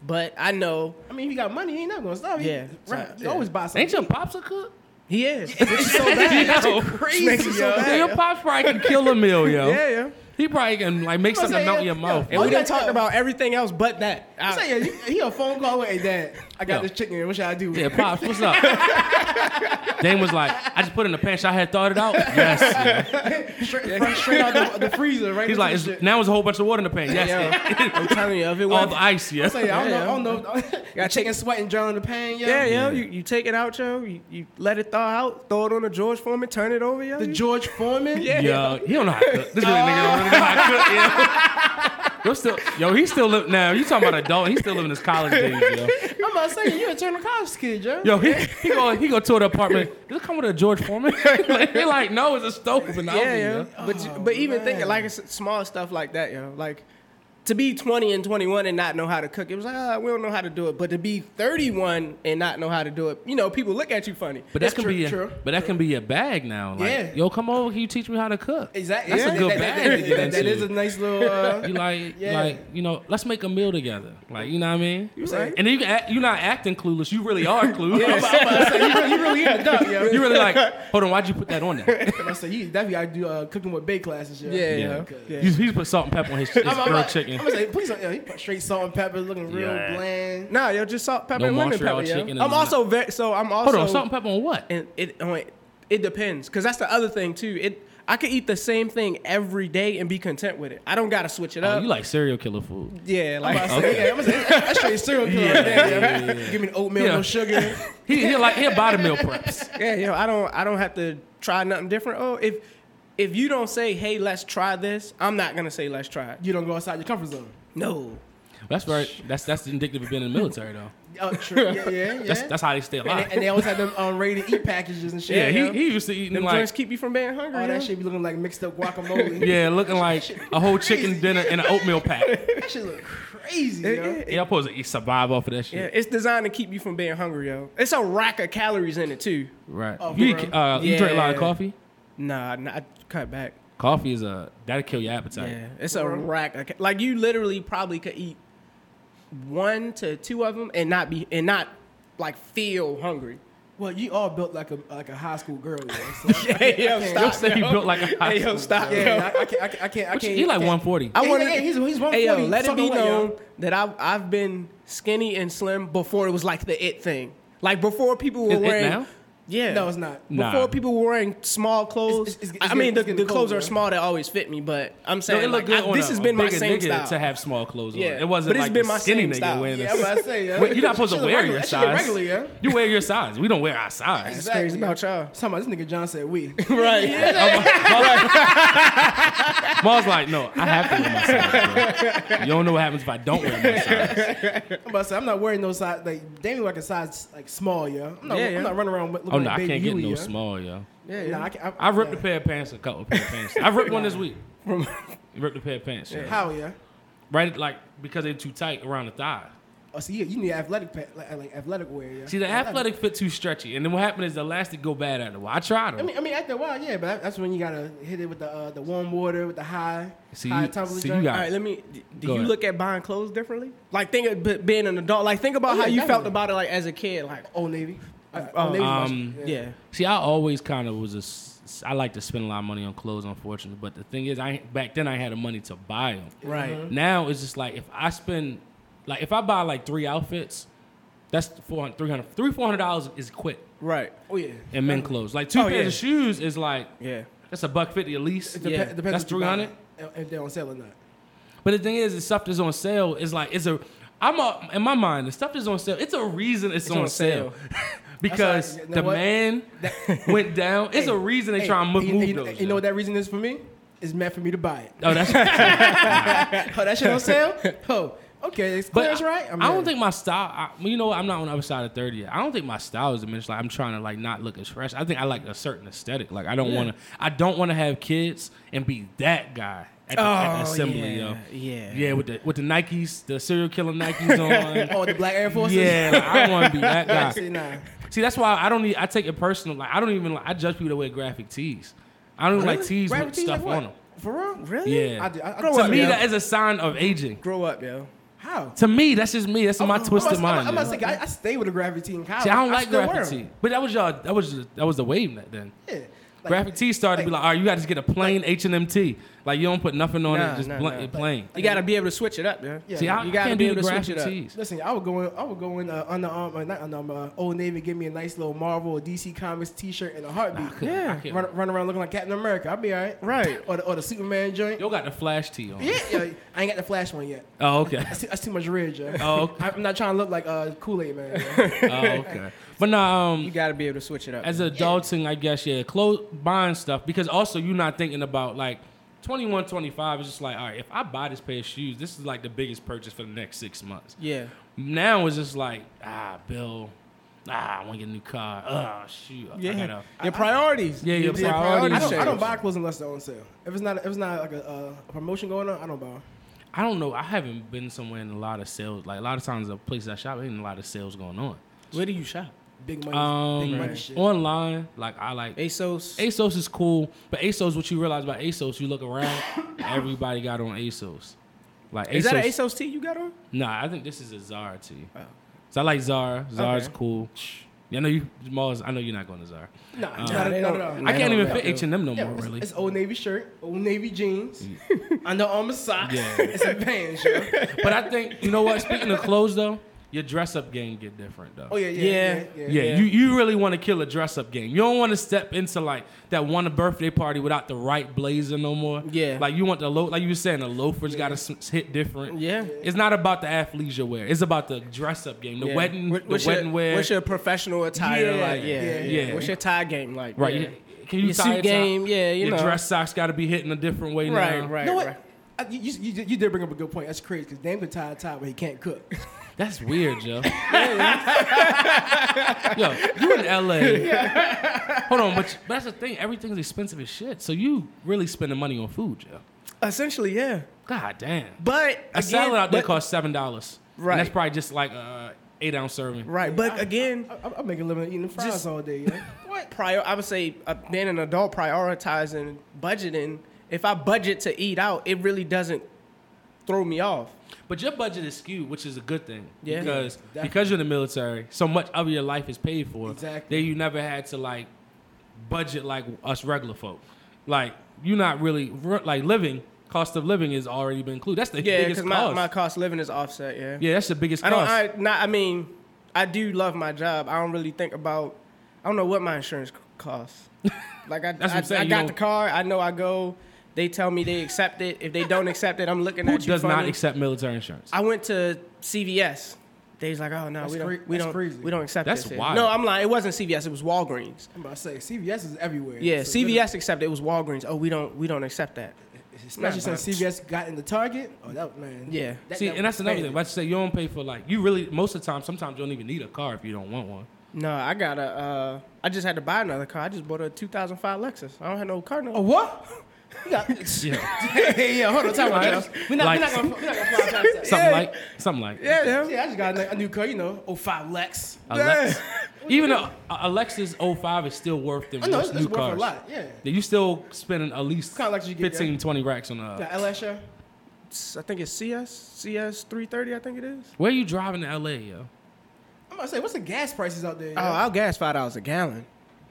Speaker 4: But I know
Speaker 3: I mean, if you got money, you ain't not gonna stop.
Speaker 4: Yeah,
Speaker 3: Yeah, right.
Speaker 4: so-
Speaker 3: you
Speaker 4: yeah.
Speaker 3: always buy something.
Speaker 2: Ain't your pops a cook?
Speaker 4: he is.
Speaker 2: Yo,
Speaker 3: makes it so
Speaker 2: yo,
Speaker 3: bad,
Speaker 2: your pops probably can kill a meal, yo.
Speaker 4: yeah, yeah.
Speaker 2: He probably can like make something
Speaker 3: saying,
Speaker 2: melt in your
Speaker 3: yo,
Speaker 2: mouth.
Speaker 4: And
Speaker 3: Oh,
Speaker 4: we
Speaker 3: yeah,
Speaker 4: done talked
Speaker 3: yeah.
Speaker 4: about everything else but that. I-
Speaker 3: I'm saying, yeah, he, he a phone call away. Hey, Dad, I got
Speaker 2: Yo.
Speaker 3: this chicken. What should I do?
Speaker 2: Yeah, pops, what's up? Dane was like, I just put it in the pan. Should I had thought it out. Yes. yeah.
Speaker 3: straight, fresh, straight out the, the freezer. Right.
Speaker 2: He's
Speaker 3: into
Speaker 2: like,
Speaker 3: the
Speaker 2: it's,
Speaker 3: shit.
Speaker 2: now it's a whole bunch of water in the pan. Yes.
Speaker 4: yo, I'm telling you, if it
Speaker 2: All
Speaker 4: was
Speaker 2: the ice. Yeah.
Speaker 3: I'm saying, I don't
Speaker 4: Yeah,
Speaker 3: know. I don't know.
Speaker 4: Gotta
Speaker 3: got
Speaker 4: take-
Speaker 3: chicken sweat and drowning the pain. Yo.
Speaker 4: Yeah, yo, you, you take it out, yo. You, you let it thaw out, throw it on the George Foreman, turn it over, yo.
Speaker 3: The
Speaker 4: You-
Speaker 3: George Foreman.
Speaker 4: Yeah.
Speaker 2: Yo, he don't know how to cook. This really nigga don't really know how to cook. Yeah. Yo, still, yo, he still live now. You talking about adult? He still living his college days, yo.
Speaker 3: I'm about to say, you a Turner College kid, yo.
Speaker 2: Yo, he, he go he go tour the apartment. Does it come with a George Foreman? like, they like, no, it's a stove and the
Speaker 4: yeah,
Speaker 2: oven,
Speaker 4: yo.
Speaker 2: yo. Oh,
Speaker 4: But you- but even thinking
Speaker 3: man.
Speaker 4: like it's small stuff like that, yo. Like to be 20 and 21 and not know how to cook, it was like ah, we don't know how to do it. But to be 31 and not know how to do it, you know, people look at you funny.
Speaker 2: But
Speaker 3: That's
Speaker 2: that can
Speaker 3: true,
Speaker 2: be a,
Speaker 3: true,
Speaker 2: but that can be a bag now. Like,
Speaker 3: Yeah.
Speaker 2: yo, come over. Can you teach me how to cook?
Speaker 3: Exactly.
Speaker 2: That's a
Speaker 3: Yeah,
Speaker 2: good
Speaker 3: that- that-
Speaker 2: bag
Speaker 3: that-
Speaker 2: to get
Speaker 3: that- that
Speaker 2: into.
Speaker 3: is a nice little. Uh,
Speaker 2: You like,
Speaker 3: Yeah.
Speaker 2: like, you know, let's make a meal together. Like, you know what I mean? You
Speaker 3: right.
Speaker 2: And then you can act, you're not acting clueless. You really are clueless.
Speaker 3: you really- you really in the dark, yo.
Speaker 2: you really like, hold on, why'd you put that on there?
Speaker 3: I'm about to say, you definitely gotta do uh, cooking with bake classes, yo.
Speaker 4: yeah, yeah.
Speaker 3: Okay.
Speaker 4: yeah.
Speaker 2: He's, he's put salt and pepper on his, his
Speaker 3: I'm, I'm,
Speaker 2: grilled
Speaker 3: about-
Speaker 2: chicken.
Speaker 3: I'm gonna say, please, don't- yo, he put straight salt and pepper, looking real
Speaker 2: Yeah.
Speaker 3: bland.
Speaker 4: Nah, yo, just salt, pepper,
Speaker 2: No
Speaker 4: and lemon
Speaker 2: Montreal
Speaker 4: pepper. Yo.
Speaker 2: chicken is
Speaker 4: I'm
Speaker 2: not-
Speaker 4: also very so I'm also
Speaker 2: hold on, salt and pepper on what?
Speaker 4: and it on- it depends because that's the other thing too. It I could eat the same thing every day and be content with it. I don't gotta switch it
Speaker 2: Oh,
Speaker 4: up.
Speaker 3: uh,
Speaker 2: you like serial killer food.
Speaker 4: yeah,
Speaker 3: I'm
Speaker 4: like
Speaker 3: about to say, yeah, I'm gonna say, that's straight cereal killer. right there, yo. Give me the oatmeal,
Speaker 2: Yeah.
Speaker 3: no sugar.
Speaker 2: He, he like, he'll buy the meal preps.
Speaker 4: Yeah, yo, I don't I don't have to try nothing different. Oh, if if you don't say, hey, let's try this, I'm not gonna say let's try it.
Speaker 3: You don't go outside your comfort zone.
Speaker 4: No.
Speaker 2: That's very, that's, that's indicative of being in the military, though.
Speaker 3: Oh, true. Yeah, yeah, yeah.
Speaker 2: That's, that's how they stay
Speaker 3: and,
Speaker 2: alive.
Speaker 3: they, and they always had them um, ready to eat packages and shit.
Speaker 2: yeah,
Speaker 3: yo.
Speaker 2: he, he used to eat
Speaker 4: Them
Speaker 2: like,
Speaker 4: joints keep you from being hungry.
Speaker 3: all
Speaker 4: yo.
Speaker 3: that shit be looking like mixed up guacamole.
Speaker 2: yeah, looking like a whole chicken dinner in an oatmeal pack.
Speaker 3: that shit look crazy,
Speaker 4: It-
Speaker 3: yo.
Speaker 4: it-
Speaker 2: Yeah, I'm supposed to eat survive off of that shit.
Speaker 4: yeah, it's designed to keep you from being hungry, yo. It's a rack of calories in it too.
Speaker 2: Right.
Speaker 3: Oh,
Speaker 2: you,
Speaker 3: for
Speaker 2: eat-
Speaker 3: real?
Speaker 2: uh, you drink a lot of
Speaker 4: Yeah.
Speaker 2: coffee.
Speaker 4: Nah, nah I cut back.
Speaker 2: Coffee is a that'll kill your appetite.
Speaker 4: Yeah, it's a rack. Of, ca- like you literally probably could eat one to two of them and not be and not like feel hungry.
Speaker 3: Well, you all built like a like a high school girl. Yo, so
Speaker 4: Hey, yo,
Speaker 2: Yo said he built like a
Speaker 4: Hey, yo, stop. yo.
Speaker 3: yeah, I, I can't, I can't, I can't. I
Speaker 2: What you-
Speaker 3: can't
Speaker 2: he like
Speaker 3: I can't-
Speaker 2: 140.
Speaker 4: I
Speaker 3: Yeah,
Speaker 4: want
Speaker 3: yeah, yeah, he's- he's 140.
Speaker 4: Hey yo, let it
Speaker 3: Suck
Speaker 4: be
Speaker 3: away,
Speaker 4: known
Speaker 3: yo.
Speaker 4: that I've I've been skinny and slim before it was like the it thing. Like before people were
Speaker 2: Is it
Speaker 4: wearing.
Speaker 2: now?
Speaker 4: Yeah.
Speaker 3: No, it's not.
Speaker 2: Nah.
Speaker 4: Before people were wearing small clothes.
Speaker 3: It's- it's- it's
Speaker 4: I
Speaker 3: getting-
Speaker 4: mean, the,
Speaker 3: it's getting
Speaker 4: the clothes
Speaker 3: cold,
Speaker 4: are
Speaker 3: bro.
Speaker 4: small that always fit me, but I'm
Speaker 2: So
Speaker 4: saying
Speaker 2: it looked
Speaker 4: like,
Speaker 2: good.
Speaker 4: I-
Speaker 2: on
Speaker 4: this
Speaker 2: a-
Speaker 4: has
Speaker 2: a
Speaker 4: been my
Speaker 2: bigger
Speaker 4: same
Speaker 2: nigga
Speaker 4: style.
Speaker 2: to have small clothes on.
Speaker 4: Yeah,
Speaker 2: It wasn't
Speaker 4: but it's
Speaker 2: like
Speaker 4: been
Speaker 2: the
Speaker 4: my
Speaker 2: skinny
Speaker 4: same
Speaker 2: nigga
Speaker 4: style.
Speaker 2: wearing
Speaker 3: Yeah,
Speaker 2: this.
Speaker 3: I'm about to say, yo.
Speaker 2: Wait, you're not supposed
Speaker 3: That
Speaker 2: to
Speaker 3: shit
Speaker 2: wear
Speaker 3: regular-
Speaker 2: your
Speaker 3: that shit
Speaker 2: size.
Speaker 3: regular, yo.
Speaker 2: You wear your size. We don't wear our size.
Speaker 4: That's crazy about
Speaker 3: Exactly.
Speaker 4: y'all.
Speaker 3: Talking about this nigga John said we.
Speaker 4: Right.
Speaker 2: Mom's like, no, I have to wear my size. Bro. You don't know what happens if I don't wear my size.
Speaker 3: I'm about to say I'm not wearing no size like damn like a size like small, yo. I'm not,
Speaker 4: Yeah,
Speaker 3: I'm
Speaker 4: yeah.
Speaker 3: not running around with-
Speaker 2: Oh
Speaker 3: looking
Speaker 2: no,
Speaker 3: like
Speaker 2: I
Speaker 3: baby
Speaker 2: can't get
Speaker 3: Huey,
Speaker 2: no
Speaker 3: yo.
Speaker 2: small, yo.
Speaker 4: Yeah,
Speaker 3: Nah,
Speaker 4: yeah.
Speaker 3: I, can't,
Speaker 2: I ripped a
Speaker 3: yeah.
Speaker 2: pair of pants, a couple pair of pants. I ripped one this week. ripped a pair of pants. yo.
Speaker 3: How, yeah?
Speaker 2: Right, like because they're too tight around the thigh.
Speaker 3: Oh, see, you, you need athletic pa- like, like athletic wear, yeah.
Speaker 2: See, the athletic fit too stretchy, and then what happened is the elastic go bad after a while. I tried them.
Speaker 3: I mean, I mean, after a while, yeah, but that- that's when you gotta hit it with the uh, the warm water with the high
Speaker 2: See,
Speaker 3: high
Speaker 2: you-
Speaker 3: temperature.
Speaker 2: see, you
Speaker 3: joint.
Speaker 2: got-
Speaker 4: All right, let me. d- Do
Speaker 2: Go
Speaker 4: you
Speaker 2: ahead.
Speaker 4: look at buying clothes differently? Like, think of b- being an adult. Like, think about
Speaker 3: Oh,
Speaker 4: how
Speaker 3: yeah,
Speaker 4: you felt
Speaker 3: definitely.
Speaker 4: about it, like as a kid. Like,
Speaker 3: Old Navy. Uh, Old Navy's my
Speaker 2: um,
Speaker 3: shit,
Speaker 4: yeah,
Speaker 2: See, I always kind of was a. s- I like to spend a lot of money on clothes, unfortunately. But the thing is, I ain't- back then I ain't had the money to buy them.
Speaker 4: right.
Speaker 2: Now it's just like if I spend, like if I buy like three outfits, that's 400, 300, three four hundred dollars is quick
Speaker 4: Right.
Speaker 3: Oh yeah.
Speaker 2: in men clothes. Like two
Speaker 4: Oh,
Speaker 2: pairs
Speaker 4: yeah.
Speaker 2: of shoes is like
Speaker 4: Yeah.
Speaker 2: that's a buck fifty at least.
Speaker 3: It depe-
Speaker 4: Yeah.
Speaker 3: it depends
Speaker 2: That's
Speaker 3: what you buy,
Speaker 2: 300?
Speaker 3: if- If they're on sale or not.
Speaker 2: But the thing is, the stuff that's on sale is like it's a. I'm a, in my mind, the stuff that's on sale. It's a reason it's, on,
Speaker 4: on
Speaker 2: sale.
Speaker 4: sale.
Speaker 2: because
Speaker 3: That's all right. You know
Speaker 2: the
Speaker 3: what?
Speaker 2: man went down. It's a reason they try and move,
Speaker 3: you,
Speaker 2: move
Speaker 3: you-
Speaker 2: those.
Speaker 3: you know
Speaker 2: yo.
Speaker 3: what that reason is for me? It's meant for me to buy it.
Speaker 2: Oh, that's.
Speaker 3: Oh, that shit on sale? Oh, okay. It's
Speaker 2: But
Speaker 3: clearance, right?
Speaker 2: I don't think my style. I, well, you know, what? I'm not on the other side of thirty. yet. I don't think my style is diminished. Like I'm trying to like not look as fresh. I think I like a certain aesthetic. Like I don't want to. I don't want to have kids and be that guy at the, at the
Speaker 3: Oh,
Speaker 2: assembly.
Speaker 3: yeah,
Speaker 2: yo.
Speaker 3: yeah.
Speaker 2: yeah. With the with the Nikes, the serial killer Nikes on.
Speaker 3: Oh, the black Air Force.
Speaker 2: Yeah, like, I want to be that
Speaker 3: See,
Speaker 2: guy.
Speaker 3: nah.
Speaker 2: See, that's why I don't. Need, I take it personal. Like I don't even. I judge people that wear graphic tees. I don't even like tees
Speaker 3: Right
Speaker 2: with
Speaker 3: tees,
Speaker 2: stuff
Speaker 3: like what?
Speaker 2: on them.
Speaker 3: For real?
Speaker 4: Really?
Speaker 2: Yeah.
Speaker 3: I do- I- I
Speaker 4: Grow
Speaker 2: to
Speaker 4: up,
Speaker 2: me,
Speaker 4: yo.
Speaker 2: that is a sign of aging.
Speaker 4: Grow up, yo.
Speaker 3: How?
Speaker 2: To me, that's just me. That's my twisted
Speaker 3: I'm,
Speaker 2: mind.
Speaker 3: I'm,
Speaker 2: yo.
Speaker 3: not saying I, I stay with a graphic tee in college.
Speaker 2: See, I don't like
Speaker 3: still wear
Speaker 2: graphic
Speaker 3: 'em.
Speaker 2: tee, but that was y'all. That was the- that was the wave that then.
Speaker 3: Yeah. Like,
Speaker 2: graphic tee started to be like, all right, you got to get a plain H and M tee. Like you don't put nothing on
Speaker 4: Nah,
Speaker 2: it, just
Speaker 4: nah,
Speaker 2: blunt,
Speaker 4: nah.
Speaker 2: it plain.
Speaker 4: You gotta be able to switch it up, yo.
Speaker 3: Yeah.
Speaker 2: See, I,
Speaker 4: you
Speaker 2: I
Speaker 4: gotta
Speaker 2: can't
Speaker 4: be
Speaker 2: do
Speaker 4: able
Speaker 2: the
Speaker 4: to switch
Speaker 2: graphic
Speaker 4: it up.
Speaker 2: tees.
Speaker 3: Listen, I would go in. I would go in uh, Under Armour, not Under Armour, uh, Old Navy, give me a nice little Marvel or DC Comics T-shirt and a heartbeat.
Speaker 2: couldn't. I Yeah. couldn't.
Speaker 3: run, run around looking like Captain America. I'll be all right.
Speaker 4: Right.
Speaker 3: Or the, or the Superman joint.
Speaker 2: Yo got the flash tee on.
Speaker 3: Yeah, yeah, I ain't got the Flash one yet.
Speaker 2: Oh okay.
Speaker 3: That's too, that's too much red, Joe.
Speaker 2: Oh, okay.
Speaker 3: I'm not trying to look like uh, Kool Aid Man. yo.
Speaker 2: oh okay. But no,
Speaker 4: You
Speaker 2: um,
Speaker 4: gotta be able to switch it up.
Speaker 2: as adulting, I guess yeah, clothes buying stuff because also you're not thinking about like. 21, 25 is just like, all right, if I buy this pair of shoes, this is like the biggest purchase for the next six months.
Speaker 4: yeah.
Speaker 2: Now it's just like, ah, Bill, ah, I want to get a new car. Ah, shoot. I- I gotta,
Speaker 4: your priorities.
Speaker 2: Yeah, your
Speaker 4: did
Speaker 2: priorities
Speaker 3: I, don't,
Speaker 2: Shades.
Speaker 3: I don't buy clothes unless they're on sale. If it's not if it's not like a, uh, a promotion going on, I don't buy. 'em.
Speaker 2: I don't know. I haven't been somewhere in a lot of sales. Like a lot of times, the places I shop, ain't a lot of sales going on.
Speaker 4: Where do you shop?
Speaker 3: Big money,
Speaker 2: Um,
Speaker 3: big money shit.
Speaker 2: online, like I like
Speaker 4: ASOS.
Speaker 2: ASOS is cool, but ASOS, what you realize about ASOS, you look around, everybody got on ASOS. Like ASOS,
Speaker 4: Is that an ASOS tee you got on?
Speaker 2: Nah, I think this is a Zara tee. So I like Zara. Zara's
Speaker 4: Oh. Okay.
Speaker 2: cool. Yeah, I know you, Jamal's. I know you're not going to Zara.
Speaker 3: Nah,
Speaker 2: Uh,
Speaker 3: not,
Speaker 4: they
Speaker 3: not
Speaker 4: don't-
Speaker 3: at all.
Speaker 4: they
Speaker 2: I can't
Speaker 4: don't
Speaker 2: even
Speaker 4: know.
Speaker 2: fit H and M no
Speaker 3: Yeah,
Speaker 2: more.
Speaker 3: it's,
Speaker 2: Really, Mm.
Speaker 3: it's old navy shirt, old navy jeans, Under Armour socks.
Speaker 2: Yeah.
Speaker 3: It's a band shirt.
Speaker 2: but I think you know what. Speaking of clothes, though, your dress up game get different though.
Speaker 3: Oh yeah, yeah, yeah.
Speaker 4: Yeah.
Speaker 3: yeah,
Speaker 2: Yeah, you, you really want to kill a dress up game. You don't want to step into like that one birthday party without the right blazer no more.
Speaker 4: Yeah.
Speaker 2: like you want the low, like you were saying, the loafers got to hit different.
Speaker 4: Yeah.
Speaker 2: it's not about the athleisure wear. It's about the dress up game, the
Speaker 4: Yeah.
Speaker 2: wedding,
Speaker 4: What-
Speaker 2: the
Speaker 4: what's
Speaker 2: wedding
Speaker 4: your,
Speaker 2: wear.
Speaker 4: What's your professional attire
Speaker 2: Yeah,
Speaker 4: like?
Speaker 3: yeah,
Speaker 4: Yeah, yeah,
Speaker 2: yeah.
Speaker 4: What's your tie game like?
Speaker 2: right?
Speaker 4: Yeah.
Speaker 2: you- Can you
Speaker 4: Your
Speaker 2: tie
Speaker 4: suit
Speaker 2: it to-
Speaker 4: game, yeah, you
Speaker 2: your
Speaker 4: know.
Speaker 2: dress socks got to be hitting a different way
Speaker 4: Right,
Speaker 2: now.
Speaker 4: right.
Speaker 3: You know what?
Speaker 4: right.
Speaker 3: I, you, you, you you did bring up a good point. That's crazy because Dame could tie a tie, but he can't cook.
Speaker 2: That's weird, Joe. Yo, you in LA. Hold on, but, but that's the thing. Everything's expensive as shit. So you really spending money on food, Joe.
Speaker 4: Essentially, yeah.
Speaker 2: God damn.
Speaker 4: But
Speaker 2: A
Speaker 4: again,
Speaker 2: salad out there
Speaker 4: but-
Speaker 2: costs seven dollars.
Speaker 4: Right.
Speaker 2: And that's probably just like a eight ounce serving.
Speaker 4: Right, but again,
Speaker 3: I, I'm making a living eating fries
Speaker 4: Just-
Speaker 3: all day. Yeah.
Speaker 4: what prior? I would say uh, being an adult prioritizing budgeting. If I budget to eat out, it really doesn't throw me off.
Speaker 2: But your budget is skewed, which is a good thing.
Speaker 4: Yeah.
Speaker 2: Because
Speaker 3: Yeah,
Speaker 2: because you're in the military, so much of your life is paid for.
Speaker 3: Exactly.
Speaker 2: That you never had to like budget like us regular folk. Like you're not really re- like living. Cost of living has already been included. That's the
Speaker 4: Yeah, because
Speaker 2: biggest
Speaker 4: my,
Speaker 2: cost.
Speaker 4: my cost of living is offset. Yeah.
Speaker 2: yeah, that's the biggest
Speaker 4: I
Speaker 2: cost.
Speaker 4: don't. I not. I mean, I do love my job. I don't really think about. I don't know what my insurance c- costs. Like I,
Speaker 2: That's what I'm
Speaker 4: I,
Speaker 2: saying,
Speaker 4: I
Speaker 2: you
Speaker 4: got
Speaker 2: don't-
Speaker 4: the car. I know I go. They tell me they accept it. If they don't accept it, I'm looking
Speaker 2: Who
Speaker 4: at you.
Speaker 2: does not
Speaker 4: funny.
Speaker 2: accept military insurance?
Speaker 4: I went to CVS. They was like, oh no,
Speaker 3: That's
Speaker 4: we don't,
Speaker 3: cre-
Speaker 4: we
Speaker 3: that's
Speaker 4: don't,
Speaker 3: crazy.
Speaker 4: we don't accept
Speaker 2: That's
Speaker 4: this. here."
Speaker 2: wild.
Speaker 4: No, I'm lying. It wasn't CVS. It was Walgreens.
Speaker 3: I'm about to say CVS is everywhere.
Speaker 4: Yeah,
Speaker 3: So literally-
Speaker 4: CVS accepted. It was Walgreens. Oh, we don't, we don't accept that.
Speaker 3: Especially
Speaker 4: Nah,
Speaker 3: since CVS got into Target. Oh, that man.
Speaker 4: Yeah.
Speaker 3: That-
Speaker 2: See,
Speaker 3: that
Speaker 2: and that's
Speaker 3: was
Speaker 2: another
Speaker 3: crazy.
Speaker 2: thing. Let's say you don't pay for like you really most of the time. Sometimes you don't even need a car if you don't want one.
Speaker 4: No, I got a. Uh, I just had to buy another car. I just bought a 2005 Lexus. I don't have no car no.
Speaker 3: Oh, what? You got-
Speaker 2: Yeah,
Speaker 3: hey, yeah, hold on, time
Speaker 2: Like-
Speaker 3: out. Joe. We're not,
Speaker 2: like-
Speaker 3: we're not gonna, we're not gonna fly past that.
Speaker 2: something like something like.
Speaker 4: yeah, yeah.
Speaker 3: Yeah, I just got a, a new car, you know, 05 Lex.
Speaker 2: Alex, even a, a Lexus 05 is still worth than
Speaker 3: I know,
Speaker 2: most
Speaker 3: Oh, it's,
Speaker 2: new
Speaker 3: it's worth
Speaker 2: cars.
Speaker 3: a lot. Yeah.
Speaker 2: Yeah, You still spending at least
Speaker 3: Kinda like you get,
Speaker 2: 15, 20 racks on
Speaker 3: Got
Speaker 2: a.
Speaker 3: LSR.
Speaker 4: I think it's CS CS 330. I think it is.
Speaker 2: Where you driving to LA, yo?
Speaker 3: I'm about to say, what's the gas prices out there? yo?
Speaker 4: Oh, I'll gas five dollars a gallon.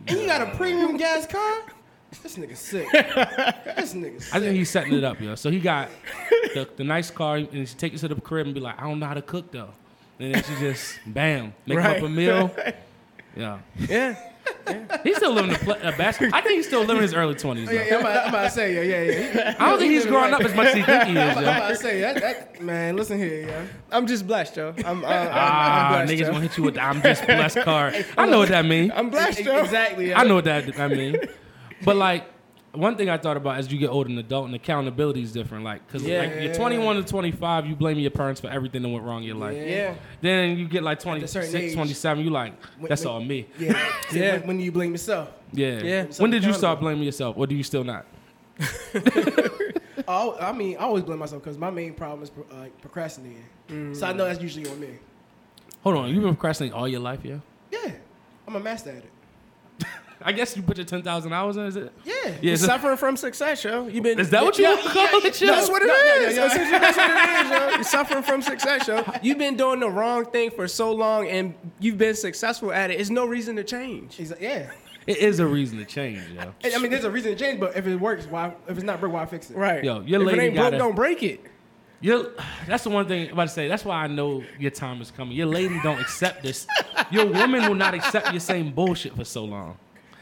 Speaker 3: and you got a premium gas car? This nigga sick. this nigga sick.
Speaker 2: I think he's setting it up, yo. So he got the, the nice car, and she take it to the crib and be like, I don't know how to cook though. And then she just bam, make him up
Speaker 4: Right.
Speaker 2: a meal. Yeah,
Speaker 4: Yeah,
Speaker 2: He's still living the pla uh, basketball. I think he's still living his early twenties.
Speaker 3: Yeah, yeah, I'm about, I'm about to say, yeah, yeah, yeah. He-
Speaker 2: I don't think he's growing up as much as he think he is.
Speaker 3: I'm
Speaker 2: Yo.
Speaker 3: about to say that, that man. Listen here, yeah.
Speaker 4: I'm just blessed, yo. I'm, uh, I'm,
Speaker 2: Ah,
Speaker 4: I'm blessed,
Speaker 2: niggas
Speaker 4: yo.
Speaker 2: gonna hit you with the "I'm just blessed" card. I know what that means.
Speaker 4: I'm blessed, yo.
Speaker 3: E-, Exactly. Yeah.
Speaker 2: I know what that I mean. But like one thing I thought about as you get older, an adult, and accountability is different. Like, cause like
Speaker 4: Yeah.
Speaker 2: you're 21 to 25, you blame your parents for everything that went wrong in your life.
Speaker 3: Yeah.
Speaker 2: Then you get like
Speaker 3: certain
Speaker 2: 26,
Speaker 3: age.
Speaker 2: 27, you like,
Speaker 3: When-
Speaker 2: that's
Speaker 3: when-
Speaker 2: all me.
Speaker 3: Yeah.
Speaker 4: Yeah.
Speaker 3: When, when do you blame yourself?
Speaker 2: Yeah.
Speaker 4: Yeah.
Speaker 2: When did you start blaming yourself, or do you still not?
Speaker 3: I, I mean, I always blame myself because my main problem is pro- uh, procrastinating. So I know that's usually on me.
Speaker 2: Hold on, you've been procrastinating all your life, yeah.
Speaker 3: Yeah. I'm a master at it.
Speaker 2: I guess you put your 10,000 hours in. Is it?
Speaker 3: Yeah.
Speaker 2: Yeah.
Speaker 4: You're
Speaker 2: so-
Speaker 4: suffering from success, yo. You've been.
Speaker 2: Is that what you
Speaker 4: Yeah,
Speaker 2: want to call it? yo?
Speaker 4: That's what it
Speaker 3: No, no, no,
Speaker 4: is.
Speaker 3: no.
Speaker 4: That's what- that's what it is, yo. You're suffering from success, yo. You've been doing the wrong thing for so long, and you've been successful at it. There's no reason to change.
Speaker 3: He's like, yeah.
Speaker 2: It is a reason to change, yo.
Speaker 3: And, I mean, there's a reason to change, but if it works, why? If it's not broke, why fix it?
Speaker 4: Right.
Speaker 2: Yo, your
Speaker 4: if
Speaker 2: lady
Speaker 4: it ain't
Speaker 2: gotta-
Speaker 4: broke, don't break it.
Speaker 2: Your, that's the one thing I'm about to say. That's why I know your time is coming. Your lady don't accept this. Your woman will not accept your same bullshit for so long.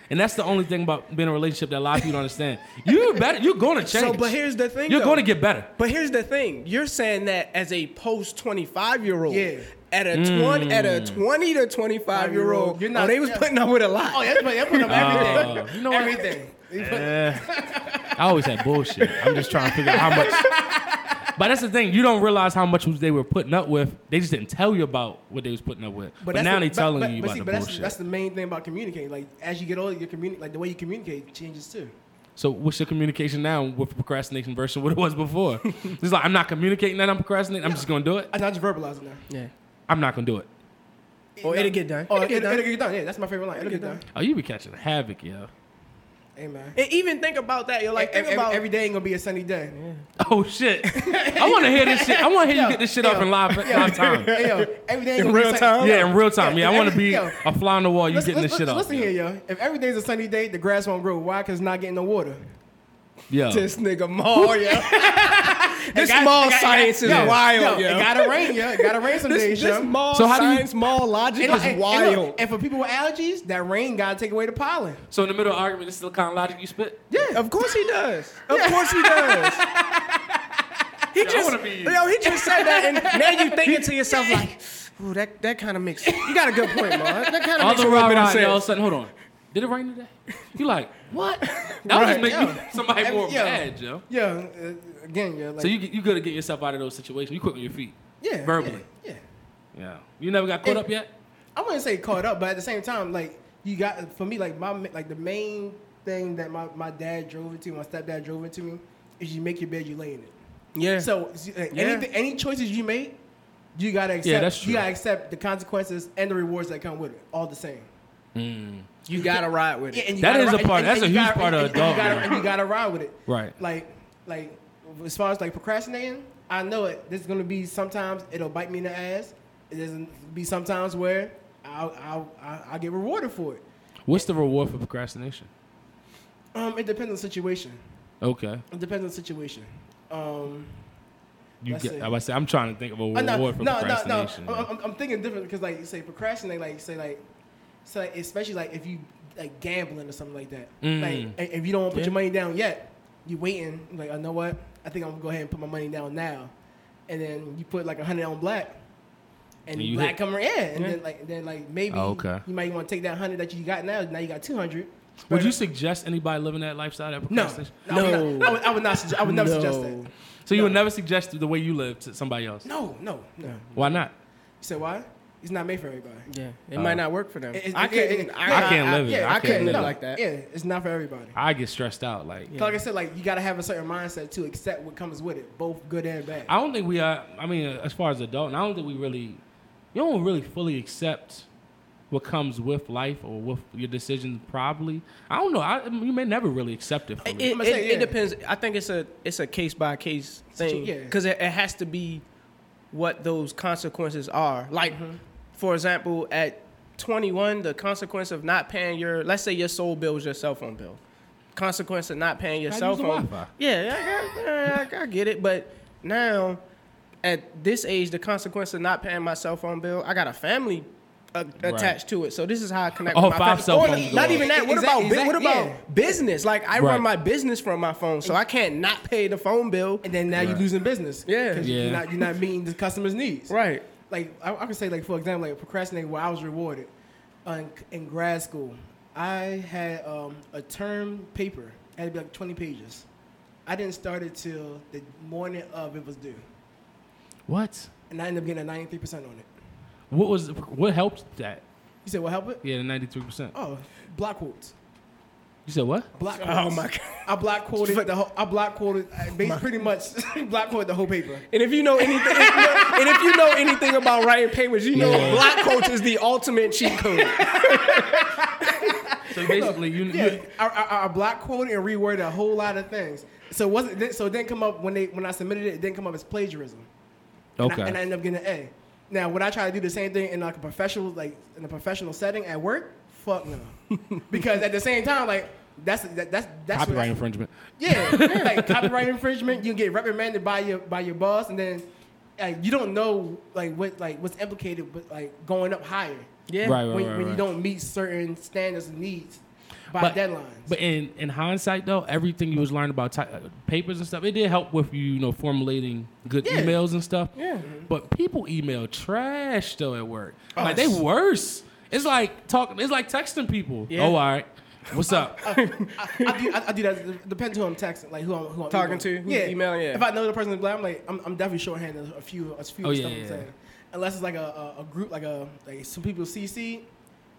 Speaker 2: And that's the only thing about being in a relationship that a lot of people don't understand. You better you're gonna change.
Speaker 4: So, but here's the thing.
Speaker 2: you're
Speaker 4: though.
Speaker 2: gonna get better.
Speaker 4: But here's the thing: you're saying that as a post 25 year old.
Speaker 3: Yeah.
Speaker 4: At a twenty, at a
Speaker 2: Mm.
Speaker 4: twenty to twenty five year old,
Speaker 3: You're
Speaker 4: you're
Speaker 3: not-
Speaker 4: not. Oh, they was
Speaker 3: yeah.
Speaker 4: putting up with a lot.
Speaker 3: Oh, yeah, that's that's putting up everything.
Speaker 2: Oh, you know what?
Speaker 3: Everything. You put-
Speaker 2: Eh, I always had bullshit. I'm just trying to figure out how much. But that's the thing. You don't realize how much they were putting up with. They just didn't tell you about what they was putting up with. But,
Speaker 3: that's
Speaker 2: now
Speaker 3: the-
Speaker 2: they telling you
Speaker 3: but
Speaker 2: about
Speaker 3: see,
Speaker 2: the
Speaker 3: but
Speaker 2: bullshit.
Speaker 3: That's, that's the main thing about communicating. Like as you get older, your communi- like the way you communicate changes too.
Speaker 2: So what's your communication now with procrastination versus what it was before? it's like I'm not communicating that I'm procrastinating. I'm just gonna do it.
Speaker 3: I, I just verbalize it now.
Speaker 4: yeah.
Speaker 2: I'm not gonna do it.
Speaker 4: Or it'll get done.
Speaker 3: Oh,
Speaker 4: it'll get done.
Speaker 3: it'll get done. Yeah, that's my favorite line. It'll, get, done.
Speaker 2: Oh, you be catching havoc, yo.
Speaker 3: Amen.
Speaker 4: and even think about that. You're like,
Speaker 3: Like
Speaker 4: think
Speaker 3: every,
Speaker 4: about
Speaker 3: every day ain't gonna be a sunny day.
Speaker 2: Oh shit! I want to hear this shit. I want to hear you get this shit up in live, live time.
Speaker 3: Hey, yo, every day ain't gonna
Speaker 4: In
Speaker 3: be a
Speaker 4: real
Speaker 3: sunny-
Speaker 4: time?
Speaker 2: Yeah, in real time. Yeah, I want to be
Speaker 3: Yo.
Speaker 2: a fly on the wall. You
Speaker 3: Listen,
Speaker 2: getting this shit
Speaker 3: listen,
Speaker 2: up?
Speaker 3: listen here, yo. If every day's a sunny day, the grass won't grow. Why? Because it's not getting no water.
Speaker 2: Yo,
Speaker 4: this nigga Maul, yo. this
Speaker 3: got-
Speaker 4: mall
Speaker 3: it got- it
Speaker 4: science is
Speaker 3: got- yo,
Speaker 4: wild, yo.
Speaker 3: It gotta rain, yo. It gotta rain some
Speaker 4: this,
Speaker 3: days,
Speaker 4: this
Speaker 3: yo.
Speaker 4: mall
Speaker 2: So how do you-
Speaker 4: science, mall logic
Speaker 3: And-
Speaker 4: is
Speaker 3: and-
Speaker 4: wild.
Speaker 3: And, look, and for people with allergies, that rain gotta take away the pollen.
Speaker 2: So in the middle of argument, this is the kind of logic you spit.
Speaker 4: Yeah, of course he does. Of course he does. He
Speaker 2: wanna
Speaker 4: just,
Speaker 2: be you.
Speaker 4: yo, he just said that, and now you thinking to yourself like, "Ooh, that that kind of makes." You got a good point, Ma. That kind of
Speaker 2: All
Speaker 4: makes
Speaker 2: the
Speaker 4: a little
Speaker 2: rah
Speaker 4: bit of
Speaker 2: rah, and all of a
Speaker 4: sense.
Speaker 2: sudden, hold on. Did it rain today? You like what? That would just
Speaker 4: Right.
Speaker 2: make you,
Speaker 3: Yo.
Speaker 2: somebody
Speaker 3: Every-
Speaker 2: more
Speaker 3: yo.
Speaker 2: mad, yo.
Speaker 3: Yeah, uh, again, yo. Like,
Speaker 2: So you you gotta get yourself out of those situations. You quick on your feet.
Speaker 3: yeah,
Speaker 2: verbally.
Speaker 3: Yeah, yeah.
Speaker 2: Yeah. You never got caught
Speaker 3: And-
Speaker 2: up yet?
Speaker 3: I wouldn't say caught up, but at the same time, like you got for me, like my like the main thing that my, my dad drove into, my stepdad drove into me, is you make your bed, you lay in it.
Speaker 4: Yeah.
Speaker 3: So s- uh,
Speaker 4: Yeah.
Speaker 3: anything, any choices you make, you gotta accept.
Speaker 2: that's true.
Speaker 3: You gotta accept the consequences and the rewards that come with it, all the same.
Speaker 4: you gotta ride with it.
Speaker 3: and
Speaker 2: That
Speaker 3: gotta
Speaker 2: is a
Speaker 3: ri- and-
Speaker 2: part-
Speaker 3: and-
Speaker 2: that's
Speaker 3: and
Speaker 2: a
Speaker 3: you
Speaker 2: huge
Speaker 3: gotta-
Speaker 2: part of
Speaker 3: and- and you
Speaker 2: adulthood.
Speaker 3: gotta- And you gotta ride with it.
Speaker 2: Right.
Speaker 3: Like, like as far as like procrastinating, I know it. There's gonna be sometimes it'll bite me in the ass. It doesn't be sometimes where I'll I'll I'll, I'll get rewarded for it.
Speaker 2: What's the reward for procrastination?
Speaker 3: Um, it depends on the situation.
Speaker 2: Okay.
Speaker 3: It depends on the situation. Um,
Speaker 2: You
Speaker 3: That's
Speaker 2: get,
Speaker 3: it.
Speaker 2: I was say- I'm trying to think of a
Speaker 3: uh,
Speaker 2: reward
Speaker 3: no, no,
Speaker 2: for
Speaker 3: no, Uh, no.
Speaker 2: procrastination.
Speaker 3: I'm, I'm, I'm thinking different because like say procrastinate, like say like, so like, especially like if you like gambling or something like that.
Speaker 2: Mm.
Speaker 3: Like i- if you don't put
Speaker 4: Yeah.
Speaker 3: your money down yet, you waiting. Like I know what I think I'm gonna go ahead and put my money down now, and then you put like a hundred on black. And,
Speaker 2: And you
Speaker 3: black
Speaker 2: hit.
Speaker 3: come around, yeah, and
Speaker 4: Yeah.
Speaker 3: then like then like maybe
Speaker 2: Oh, okay.
Speaker 3: you might want to take that hundred that you got now. Now you got two hundred.
Speaker 2: Would you suggest anybody living that lifestyle? That
Speaker 3: No,
Speaker 2: procrastination?
Speaker 3: no, I would
Speaker 4: No.
Speaker 3: not. I would, I would not suggest. I would never
Speaker 4: No.
Speaker 3: suggest that.
Speaker 2: So you would never suggest the way you live to somebody else.
Speaker 3: No, no, no. You
Speaker 2: Why not?
Speaker 3: said why? It's not made for everybody.
Speaker 4: Yeah, it
Speaker 2: Oh.
Speaker 4: might not work for them.
Speaker 3: It- it-
Speaker 4: I
Speaker 3: it-
Speaker 4: can't.
Speaker 3: it-
Speaker 2: I can't live it.
Speaker 3: yeah,
Speaker 2: I
Speaker 4: I
Speaker 2: can't
Speaker 4: couldn't
Speaker 2: live
Speaker 4: live
Speaker 2: it.
Speaker 4: like that.
Speaker 3: Yeah, it's not for everybody.
Speaker 2: I get stressed out. Like
Speaker 3: Like I said, like you gotta have a certain mindset to accept what comes with it, both good and bad.
Speaker 2: I don't think we are. I mean, uh, as far as adult, and I don't think we really, you don't really fully accept what comes with life or with your decisions. Probably, I don't know. I, I mean, you may never really accept it. Fully.
Speaker 4: It, it,
Speaker 3: I'ma say,
Speaker 4: it
Speaker 3: yeah.
Speaker 4: depends. I think it's a it's a case by case thing
Speaker 3: yeah.
Speaker 4: because it, it has to be what those consequences are. Like,
Speaker 2: Mm-hmm.
Speaker 4: for example, at 21, the consequence of not paying your let's say your sole bill is your cell phone bill. Consequence of not paying your
Speaker 2: I
Speaker 4: cell
Speaker 2: use the
Speaker 4: phone.
Speaker 2: Wi-Fi.
Speaker 4: Yeah, I, got- I, I get it, but now at this age, the consequence of not paying my cell phone bill, I got a family a- attached to it. So this is how I connect.
Speaker 2: Oh,
Speaker 4: with my
Speaker 2: five
Speaker 4: family.
Speaker 2: cell
Speaker 4: Or
Speaker 2: phones
Speaker 4: Not
Speaker 2: go.
Speaker 4: even that. What
Speaker 3: Exact-
Speaker 4: about bu- what
Speaker 3: exact-
Speaker 4: about
Speaker 3: yeah.
Speaker 4: business? Like I
Speaker 2: Right.
Speaker 4: run my business from my phone, so I can't not pay the phone bill.
Speaker 3: and then now you're losing business.
Speaker 4: Yeah.
Speaker 3: 'Cause
Speaker 2: Yeah.
Speaker 3: You're not, you're not meeting the customer's needs.
Speaker 4: Right.
Speaker 3: Like I, I could say, like for example, like procrastinating where I was rewarded uh, in, in grad school. I had um, a term paper. It had to be like 20 pages. I didn't start it till the morning of it was due,
Speaker 2: What?
Speaker 3: and I ended up getting a 93% on it.
Speaker 2: What was what helped that?
Speaker 3: You said, "Well, help it."
Speaker 2: Yeah, the ninety three percent.
Speaker 3: Oh, block quotes.
Speaker 2: You said what?
Speaker 3: Block quotes.
Speaker 4: Oh my god.
Speaker 3: I block quoted the whole. I block quoted I bas- pretty much block quoted the whole paper.
Speaker 4: And if you know anything, and if you know anything about writing papers, you know
Speaker 2: Yeah.
Speaker 4: block coach is the ultimate cheat code.
Speaker 2: So basically, you, you-
Speaker 3: Yeah, I, I, I block quoted and reworded a whole lot of things. So it wasn't it- so it didn't come up when they when I submitted it. It didn't come up as plagiarism. And I-
Speaker 2: okay.
Speaker 3: And I, ended up getting an A. Now, would I try to do the same thing in like a professional like in a professional setting at work? Fuck no. because at the same time, like that's that, that's that's what-
Speaker 2: Copyright infringement.
Speaker 3: Yeah, like copyright infringement. You get reprimanded by your by your boss, and then like you don't know like what like what's implicated with like going up higher
Speaker 4: Yeah.
Speaker 2: Right, right,
Speaker 3: when,
Speaker 2: right,
Speaker 3: when you
Speaker 2: right.
Speaker 3: don't meet certain standards and needs by deadlines.
Speaker 2: But in, in hindsight, though, everything you was learning about ty- uh, papers and stuff, it did help with you, you know, formulating good
Speaker 3: Yeah. Mm-hmm.
Speaker 2: emails and stuff.
Speaker 4: Yeah.
Speaker 2: But people email trash though at work.
Speaker 3: Oh,
Speaker 2: Like they worse. It's like talking. It's like texting people.
Speaker 4: Yeah.
Speaker 2: Oh, all right. What's up?
Speaker 3: I, I, do, I, I do that. It Depends who I'm texting, like who I'm, who I'm
Speaker 4: Talking
Speaker 3: emailing.
Speaker 4: to, who's emailing, yeah.
Speaker 3: If I know the person's black, I'm like, I'm, I'm definitely shorthanded a few, a few
Speaker 2: Oh,
Speaker 3: of
Speaker 2: yeah,
Speaker 3: stuff
Speaker 2: yeah,
Speaker 3: I'm
Speaker 2: yeah.
Speaker 3: saying. Unless it's like a, a, a group, like a like some people CC.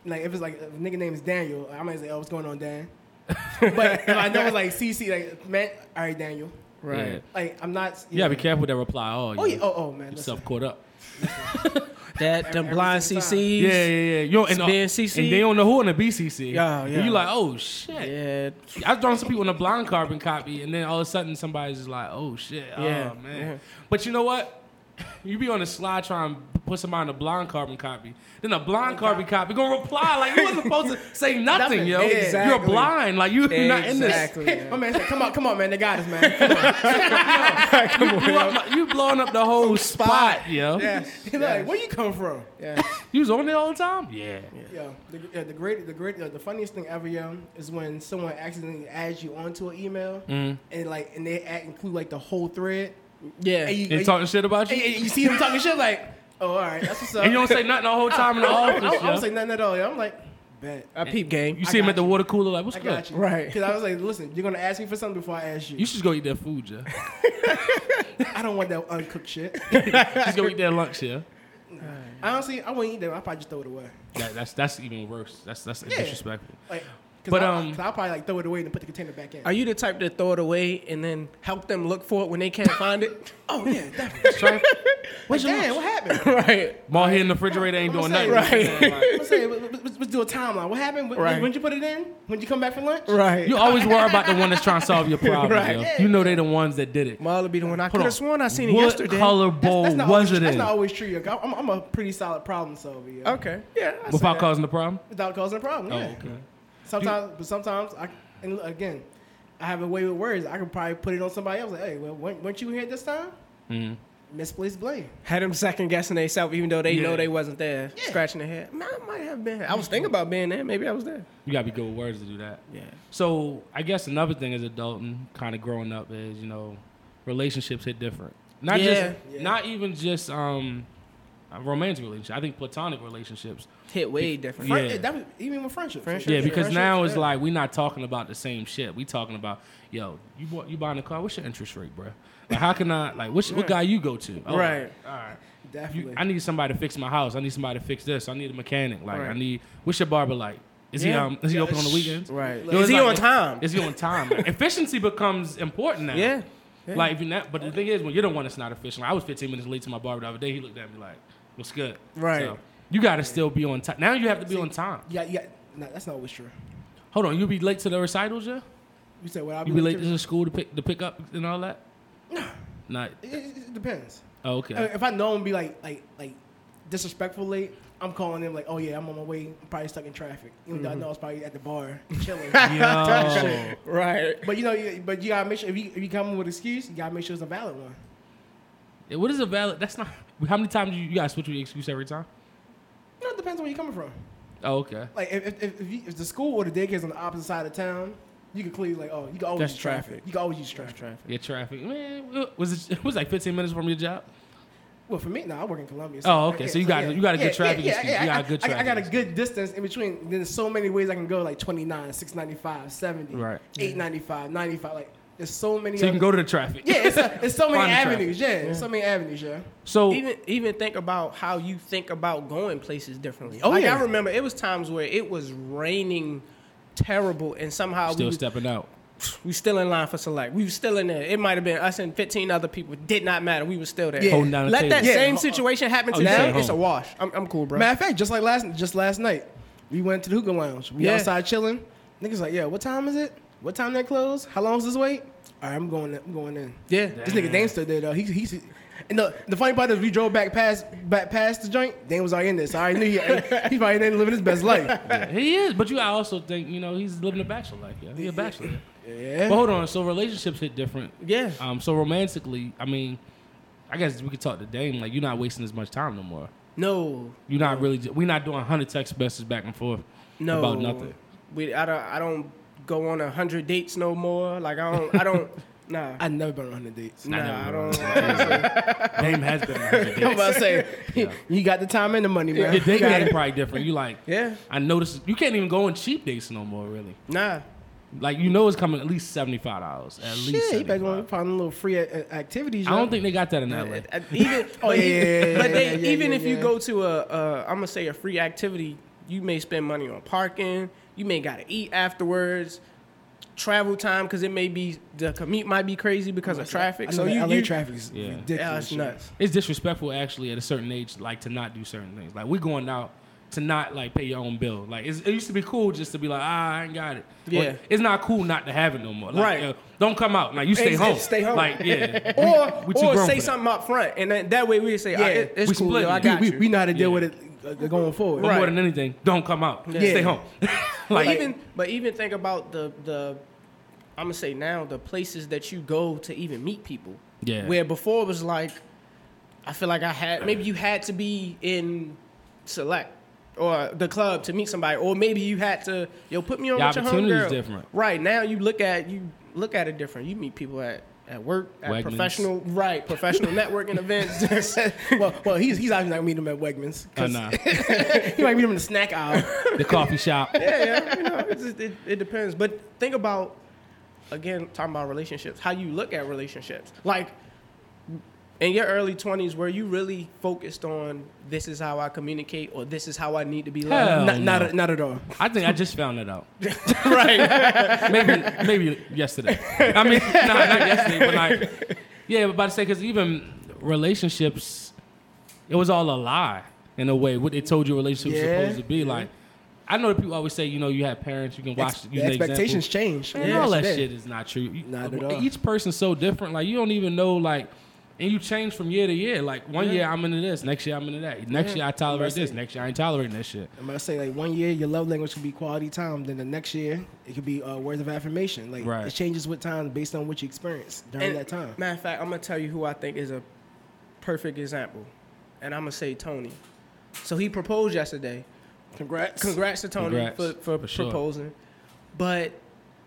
Speaker 3: Like if it's like if a nigga name is Daniel, I might say, oh, what's going on, Dan? but if I know it's like CC, like man, all right, Daniel.
Speaker 2: Yeah.
Speaker 4: Right.
Speaker 3: Like I'm not.
Speaker 2: You gotta be careful with that reply. Oh,
Speaker 3: Oh yeah. Oh oh man. listen.
Speaker 2: Yourself caught up.
Speaker 4: That them
Speaker 3: Every
Speaker 4: blind
Speaker 3: single time.
Speaker 4: CCs.
Speaker 2: Yeah, yeah, yeah. You don't, and,
Speaker 4: It's being CC.
Speaker 2: and they don't know who in the BCC.
Speaker 4: Yeah, yeah.
Speaker 2: You like, oh shit.
Speaker 4: Yeah.
Speaker 2: I've drawn some people in a blind carbon copy, and then all of a sudden somebody's just like, "Oh shit,
Speaker 4: Yeah,
Speaker 2: oh man."
Speaker 4: yeah.
Speaker 2: But you know what? You be on the slide trying to put somebody in a blind carbon copy, then a blind carbon copy gonna reply like you wasn't supposed to say nothing,
Speaker 3: Nothing.
Speaker 2: yo.
Speaker 3: Exactly.
Speaker 2: You're blind, like you not in this.
Speaker 4: Exactly. yeah.
Speaker 3: My man said, come on, come on, man. They got us, man. Come on.
Speaker 2: You, blew up my- you blowing up the whole spot, yo.
Speaker 3: He like, where you come from?
Speaker 4: Yeah.
Speaker 2: You was on there all the time. Yeah.
Speaker 3: Yeah, the, yeah, the great, the great, uh, the funniest thing ever, yeah, is when someone accidentally adds you onto an email, and like, and they add, include like the whole thread,
Speaker 4: Yeah.
Speaker 3: and you,
Speaker 2: And
Speaker 3: and
Speaker 2: talking shit about
Speaker 3: you,
Speaker 2: you,
Speaker 3: and- and you see them talking shit like, oh, all right, that's what's up.
Speaker 2: and you don't say nothing the whole time in the
Speaker 3: I,
Speaker 2: office.
Speaker 3: don't- I
Speaker 2: yo.
Speaker 3: don't say nothing at all. Yeah, I'm like, bet.
Speaker 4: A Uh, peep game.
Speaker 2: you see him
Speaker 3: got
Speaker 2: at the
Speaker 3: you.
Speaker 2: water cooler, like, "What's
Speaker 3: I
Speaker 2: good?"
Speaker 3: got you,
Speaker 4: Right.
Speaker 3: Because I was like, listen, you're gonna ask me for something before I ask you.
Speaker 2: You should go eat that food, yeah.
Speaker 3: I don't want that uncooked shit.
Speaker 2: Just go eat that lunch, yeah.
Speaker 3: Honestly, I wouldn't eat that. I probably just throw it away.
Speaker 2: That, that's that's even worse. That's that's disrespectful.
Speaker 3: Like, cause
Speaker 2: But,
Speaker 3: I,
Speaker 2: um,
Speaker 3: will probably like throw it away and put the container back in.
Speaker 4: Are you the type to throw it away and then help them look for it when they can't find it?
Speaker 3: oh yeah, definitely.
Speaker 2: Strike.
Speaker 3: Like, damn, what happened?
Speaker 4: right.
Speaker 2: Mall here in the refrigerator ain't doing nothing.
Speaker 4: Right.
Speaker 3: Let's say let- let- let's do a timeline. What happened? When,
Speaker 4: Right.
Speaker 3: when you put it in? When you come back from lunch?
Speaker 4: Right.
Speaker 2: You always worry about the one that's trying to solve your problem.
Speaker 4: Right.
Speaker 2: yo. You know they the ones that did it.
Speaker 4: Marla be the one I could
Speaker 2: Hold on.
Speaker 4: have sworn I seen it
Speaker 2: what
Speaker 4: yesterday.
Speaker 2: color
Speaker 3: That's,
Speaker 2: bowl
Speaker 3: that's not
Speaker 2: was
Speaker 3: always,
Speaker 2: it
Speaker 3: That's
Speaker 2: in?
Speaker 3: not always true. yo. I'm, I'm a pretty solid problem solver. yo.
Speaker 4: Okay. Yeah. I see
Speaker 2: Without
Speaker 4: that.
Speaker 2: causing the problem.
Speaker 3: Without causing a problem.
Speaker 2: Oh,
Speaker 3: Yeah.
Speaker 2: okay.
Speaker 3: Sometimes, but sometimes I and look, again, I have a way with words. I could probably put it on somebody else. Like, hey, well, weren't, weren't you here this time?
Speaker 2: Mm-hmm.
Speaker 3: Misplaced blame.
Speaker 4: Had them second guessing themselves, even though they
Speaker 2: Yeah.
Speaker 4: know they wasn't there, scratching their head. Man, I might have been. I was thinking about being there. Maybe I was there.
Speaker 2: You gotta be good with words to do that.
Speaker 4: Yeah.
Speaker 2: So I guess another thing as adult and kind of growing up is you know relationships hit different. Not
Speaker 4: Yeah.
Speaker 2: just not even just um romantic relationships. I think platonic relationships.
Speaker 4: Hit way different.
Speaker 2: Yeah.
Speaker 3: Friend, that was, even with friendship.
Speaker 4: Friendship.
Speaker 2: Yeah, because now it's
Speaker 3: yeah.
Speaker 2: like we're not talking about the same shit. We talking about, yo, you bought, you buying a car? What's your interest rate, bro? Like, how can I like what what guy you go to? Oh,
Speaker 4: Right.
Speaker 2: All right.
Speaker 3: definitely.
Speaker 2: You, I need somebody to fix my house. I need somebody to fix this. I need a mechanic. Like I
Speaker 4: Right.
Speaker 2: need. What's your barber like? Is he
Speaker 4: Yeah.
Speaker 2: um is he open on the weekends?
Speaker 4: Right.
Speaker 2: Yo,
Speaker 4: Is
Speaker 2: it's
Speaker 4: he
Speaker 2: like-
Speaker 4: on time?
Speaker 2: Is he on time? Like, efficiency becomes important now.
Speaker 4: Yeah. Yeah.
Speaker 2: Like if you not, but the thing is, when you're the one that's not efficient. Like, I was 15 minutes late to my barber the other day. He looked at me like, "What's good?"
Speaker 4: Right.
Speaker 2: you got to still be on time. Now you have to be on time.
Speaker 3: yeah, yeah. No, that's not always true.
Speaker 2: Hold on, you be late to the recitals, yeah?
Speaker 3: You said, well, I'll be
Speaker 2: You be late
Speaker 3: to-
Speaker 2: to the school to pick to pick up and all that? No. Not
Speaker 3: It, it- it depends.
Speaker 2: oh,
Speaker 3: I mean,
Speaker 2: okay.
Speaker 3: if I know him be like like like disrespectful late, I'm calling him like, oh yeah, I'm on my way. I'm probably stuck in traffic. Even
Speaker 2: Mm-hmm.
Speaker 3: though I know I was probably at the bar chilling.
Speaker 2: Yo.
Speaker 4: Right.
Speaker 3: But you know, you- but you gotta make sure if you if you come with an excuse, you gotta make sure it's a valid one.
Speaker 2: Yeah, what is a valid that's not how many times you, you gotta switch your excuse every time?
Speaker 3: No, it depends on where you're coming from.
Speaker 2: Oh, okay.
Speaker 3: Like if if, if, if, you, if the school or the daycare is on the opposite side of town, you can clearly like oh you can always
Speaker 4: That's
Speaker 3: use traffic.
Speaker 4: traffic.
Speaker 3: You can always use traffic.
Speaker 4: traffic.
Speaker 2: Your traffic, man. Was it, it was like 15 minutes from your job?
Speaker 3: Well, for me, no, I work in Columbia.
Speaker 2: Oh, okay, so you got- you got a good traffic excuse. You got a
Speaker 3: I-
Speaker 2: good
Speaker 3: I- I, got a
Speaker 2: traffic
Speaker 3: good distance in between. There's so many ways I can go, like 29, 695, 70,
Speaker 2: Right.
Speaker 3: 895, 95. Like, there's so many.
Speaker 2: So you can
Speaker 3: other-
Speaker 2: go to the traffic.
Speaker 3: Yeah, it's, it's so many
Speaker 2: Find the traffic.
Speaker 3: avenues. Yeah, it's so many avenues. Yeah.
Speaker 2: So
Speaker 4: Even even think about how you think about going places differently.
Speaker 3: Oh,
Speaker 4: like
Speaker 3: yeah.
Speaker 4: I remember it was times where it was raining terrible and somehow we
Speaker 2: still
Speaker 4: was-
Speaker 2: stepping out.
Speaker 4: we still in line for select. We were still in there. It might have been us and 15 other people. Did not matter. We were still there.
Speaker 3: Yeah. Holding
Speaker 2: down the
Speaker 4: Let that
Speaker 3: table.
Speaker 4: same
Speaker 3: Yeah.
Speaker 4: situation happen
Speaker 2: Oh,
Speaker 4: to
Speaker 2: you
Speaker 4: now.
Speaker 2: said
Speaker 4: It's a
Speaker 2: home.
Speaker 4: wash. I'm, I'm cool, bro.
Speaker 3: Matter of fact, just like last just last night, we went to the hookah lounge. We
Speaker 4: Yeah.
Speaker 3: outside chilling. Niggas like, yeah, what time is it? What time they close? How long's this wait? All right, I'm going. I'm going in.
Speaker 4: yeah.
Speaker 3: This nigga Dane stood there though. He he's and the, the funny part is we drove back past back past the joint. Dane was already in this. I already knew he, he probably didn't living his best life.
Speaker 2: Yeah, he is, but you I also think you know he's living a bachelor life. Yeah, he a bachelor.
Speaker 3: Yeah.
Speaker 2: But hold on, so relationships hit different.
Speaker 4: Yeah.
Speaker 2: Um, so romantically, I mean, I guess we could talk to Dame. Like you're not wasting as much time no more.
Speaker 4: No.
Speaker 2: You're not really. We're not doing hundred text messages back and forth
Speaker 4: No.
Speaker 2: about nothing.
Speaker 4: We, I, don't, I don't go on a 100 dates no more. Like, I don't. I don't nah.
Speaker 3: I never been on 100 dates.
Speaker 4: Nah, I
Speaker 2: never
Speaker 4: don't.
Speaker 2: Dame has been. on 100
Speaker 3: I'm
Speaker 2: dates.
Speaker 3: about to say,
Speaker 2: Yeah.
Speaker 3: you got the time and the money, man.
Speaker 2: Your date
Speaker 3: You got
Speaker 2: game
Speaker 3: it.
Speaker 2: probably different. You like.
Speaker 4: Yeah.
Speaker 2: I noticed you can't even go on cheap dates no more. Really,
Speaker 4: Nah.
Speaker 2: like you know it's coming at least seventy five dollars. At least.
Speaker 3: Shit, you better go
Speaker 2: 75.
Speaker 3: find a little free a- a- activities.
Speaker 2: I
Speaker 3: yo.
Speaker 2: don't think they got that in LA.
Speaker 4: Uh, Even,
Speaker 3: Oh,
Speaker 4: but
Speaker 3: yeah,
Speaker 4: e-
Speaker 3: yeah,
Speaker 4: but
Speaker 3: yeah,
Speaker 4: they,
Speaker 3: yeah,
Speaker 4: even
Speaker 3: yeah,
Speaker 4: if you
Speaker 3: yeah.
Speaker 4: go to a, a, I'm gonna say a free activity, you may spend money on parking. You may gotta eat afterwards. Travel time because it may be the commute might be crazy because of
Speaker 3: I
Speaker 4: traffic.
Speaker 3: know
Speaker 4: So
Speaker 3: that
Speaker 4: you,
Speaker 3: LA
Speaker 4: you
Speaker 3: traffic is
Speaker 2: Yeah.
Speaker 4: yeah,
Speaker 3: ridiculous.
Speaker 4: it's nuts.
Speaker 2: it's disrespectful actually at a certain age like to not do certain things like we're going out to not like pay your own bill like it's, it used to be cool just to be like ah i ain't got it Or
Speaker 4: Yeah.
Speaker 2: it's not cool not to have it no more like,
Speaker 4: Right.
Speaker 2: uh, don't come out like you stay
Speaker 4: Ex-
Speaker 2: home
Speaker 4: stay home.
Speaker 2: like yeah We-
Speaker 4: Or,
Speaker 2: we too
Speaker 4: or
Speaker 2: grown
Speaker 4: say
Speaker 2: for that.
Speaker 4: something up front, and then, that way we say, yeah,
Speaker 3: Yeah,
Speaker 4: it's
Speaker 2: we
Speaker 4: cool,
Speaker 2: split
Speaker 4: yo, I
Speaker 2: it.
Speaker 4: got
Speaker 3: we,
Speaker 4: you.
Speaker 3: we know how to deal
Speaker 2: Yeah.
Speaker 3: with it uh, going forward.
Speaker 2: but more
Speaker 4: Right.
Speaker 2: than anything don't come out stay home like
Speaker 4: But even but even think about the the I'm gonna say now the places that you go to even meet people.
Speaker 2: Yeah.
Speaker 4: Where before it was like, I feel like I had maybe you had to be in select or the club to meet somebody, or maybe you had to yo put me on
Speaker 2: The
Speaker 4: with your
Speaker 2: opportunity's
Speaker 4: homegirl.
Speaker 2: different.
Speaker 4: Right now you look at you look at it different. You meet people at. At work, at
Speaker 2: Wegmans.
Speaker 4: professional, right, professional networking events.
Speaker 3: well, well, he's he's obviously not gonna meet him at Wegmans.
Speaker 2: Oh,
Speaker 3: 'cause
Speaker 2: nah.
Speaker 3: he might meet him in the snack aisle.
Speaker 2: the coffee shop
Speaker 4: yeah, yeah. You know, it's just- it, it depends. But think about again talking about relationships, how you look at relationships. Like in your early twenties, were you really focused on this is how I communicate or this is how I need to be
Speaker 2: Hell
Speaker 4: loved?
Speaker 3: not, not
Speaker 2: no.
Speaker 3: not at all.
Speaker 2: i think i just found it out
Speaker 4: right.
Speaker 2: maybe maybe yesterday. I mean, nah, not yesterday, but like, yeah, but about to say because even relationships, it was all a lie in a way. What they told you relationships
Speaker 3: Yeah,
Speaker 2: supposed to be like. I know that people always say, you know, you have parents, you can watch.
Speaker 3: Ex-
Speaker 2: you
Speaker 3: the
Speaker 2: can
Speaker 3: expectations
Speaker 2: examples.
Speaker 3: change.
Speaker 2: Man, all that shit is not true. You-
Speaker 3: Not at all.
Speaker 2: Each person's so different. Like you don't even know. Like, and you change from year to year. Like one year I'm into this, next year I'm into that. Next year I tolerate this, next year I ain't tolerating this shit.
Speaker 3: I'm gonna say like one year your love language could be quality time, then the next year it could be uh, words of affirmation. Like
Speaker 2: Right.
Speaker 3: it changes with time based on what you experience during
Speaker 4: And
Speaker 3: that time.
Speaker 4: Matter of fact, I'm gonna tell you who I think is a perfect example. And I'm gonna say Tony. So he proposed yesterday.
Speaker 3: Congrats.
Speaker 4: Congrats to Tony
Speaker 2: Congrats,
Speaker 4: for, for,
Speaker 2: for sure.
Speaker 4: proposing. But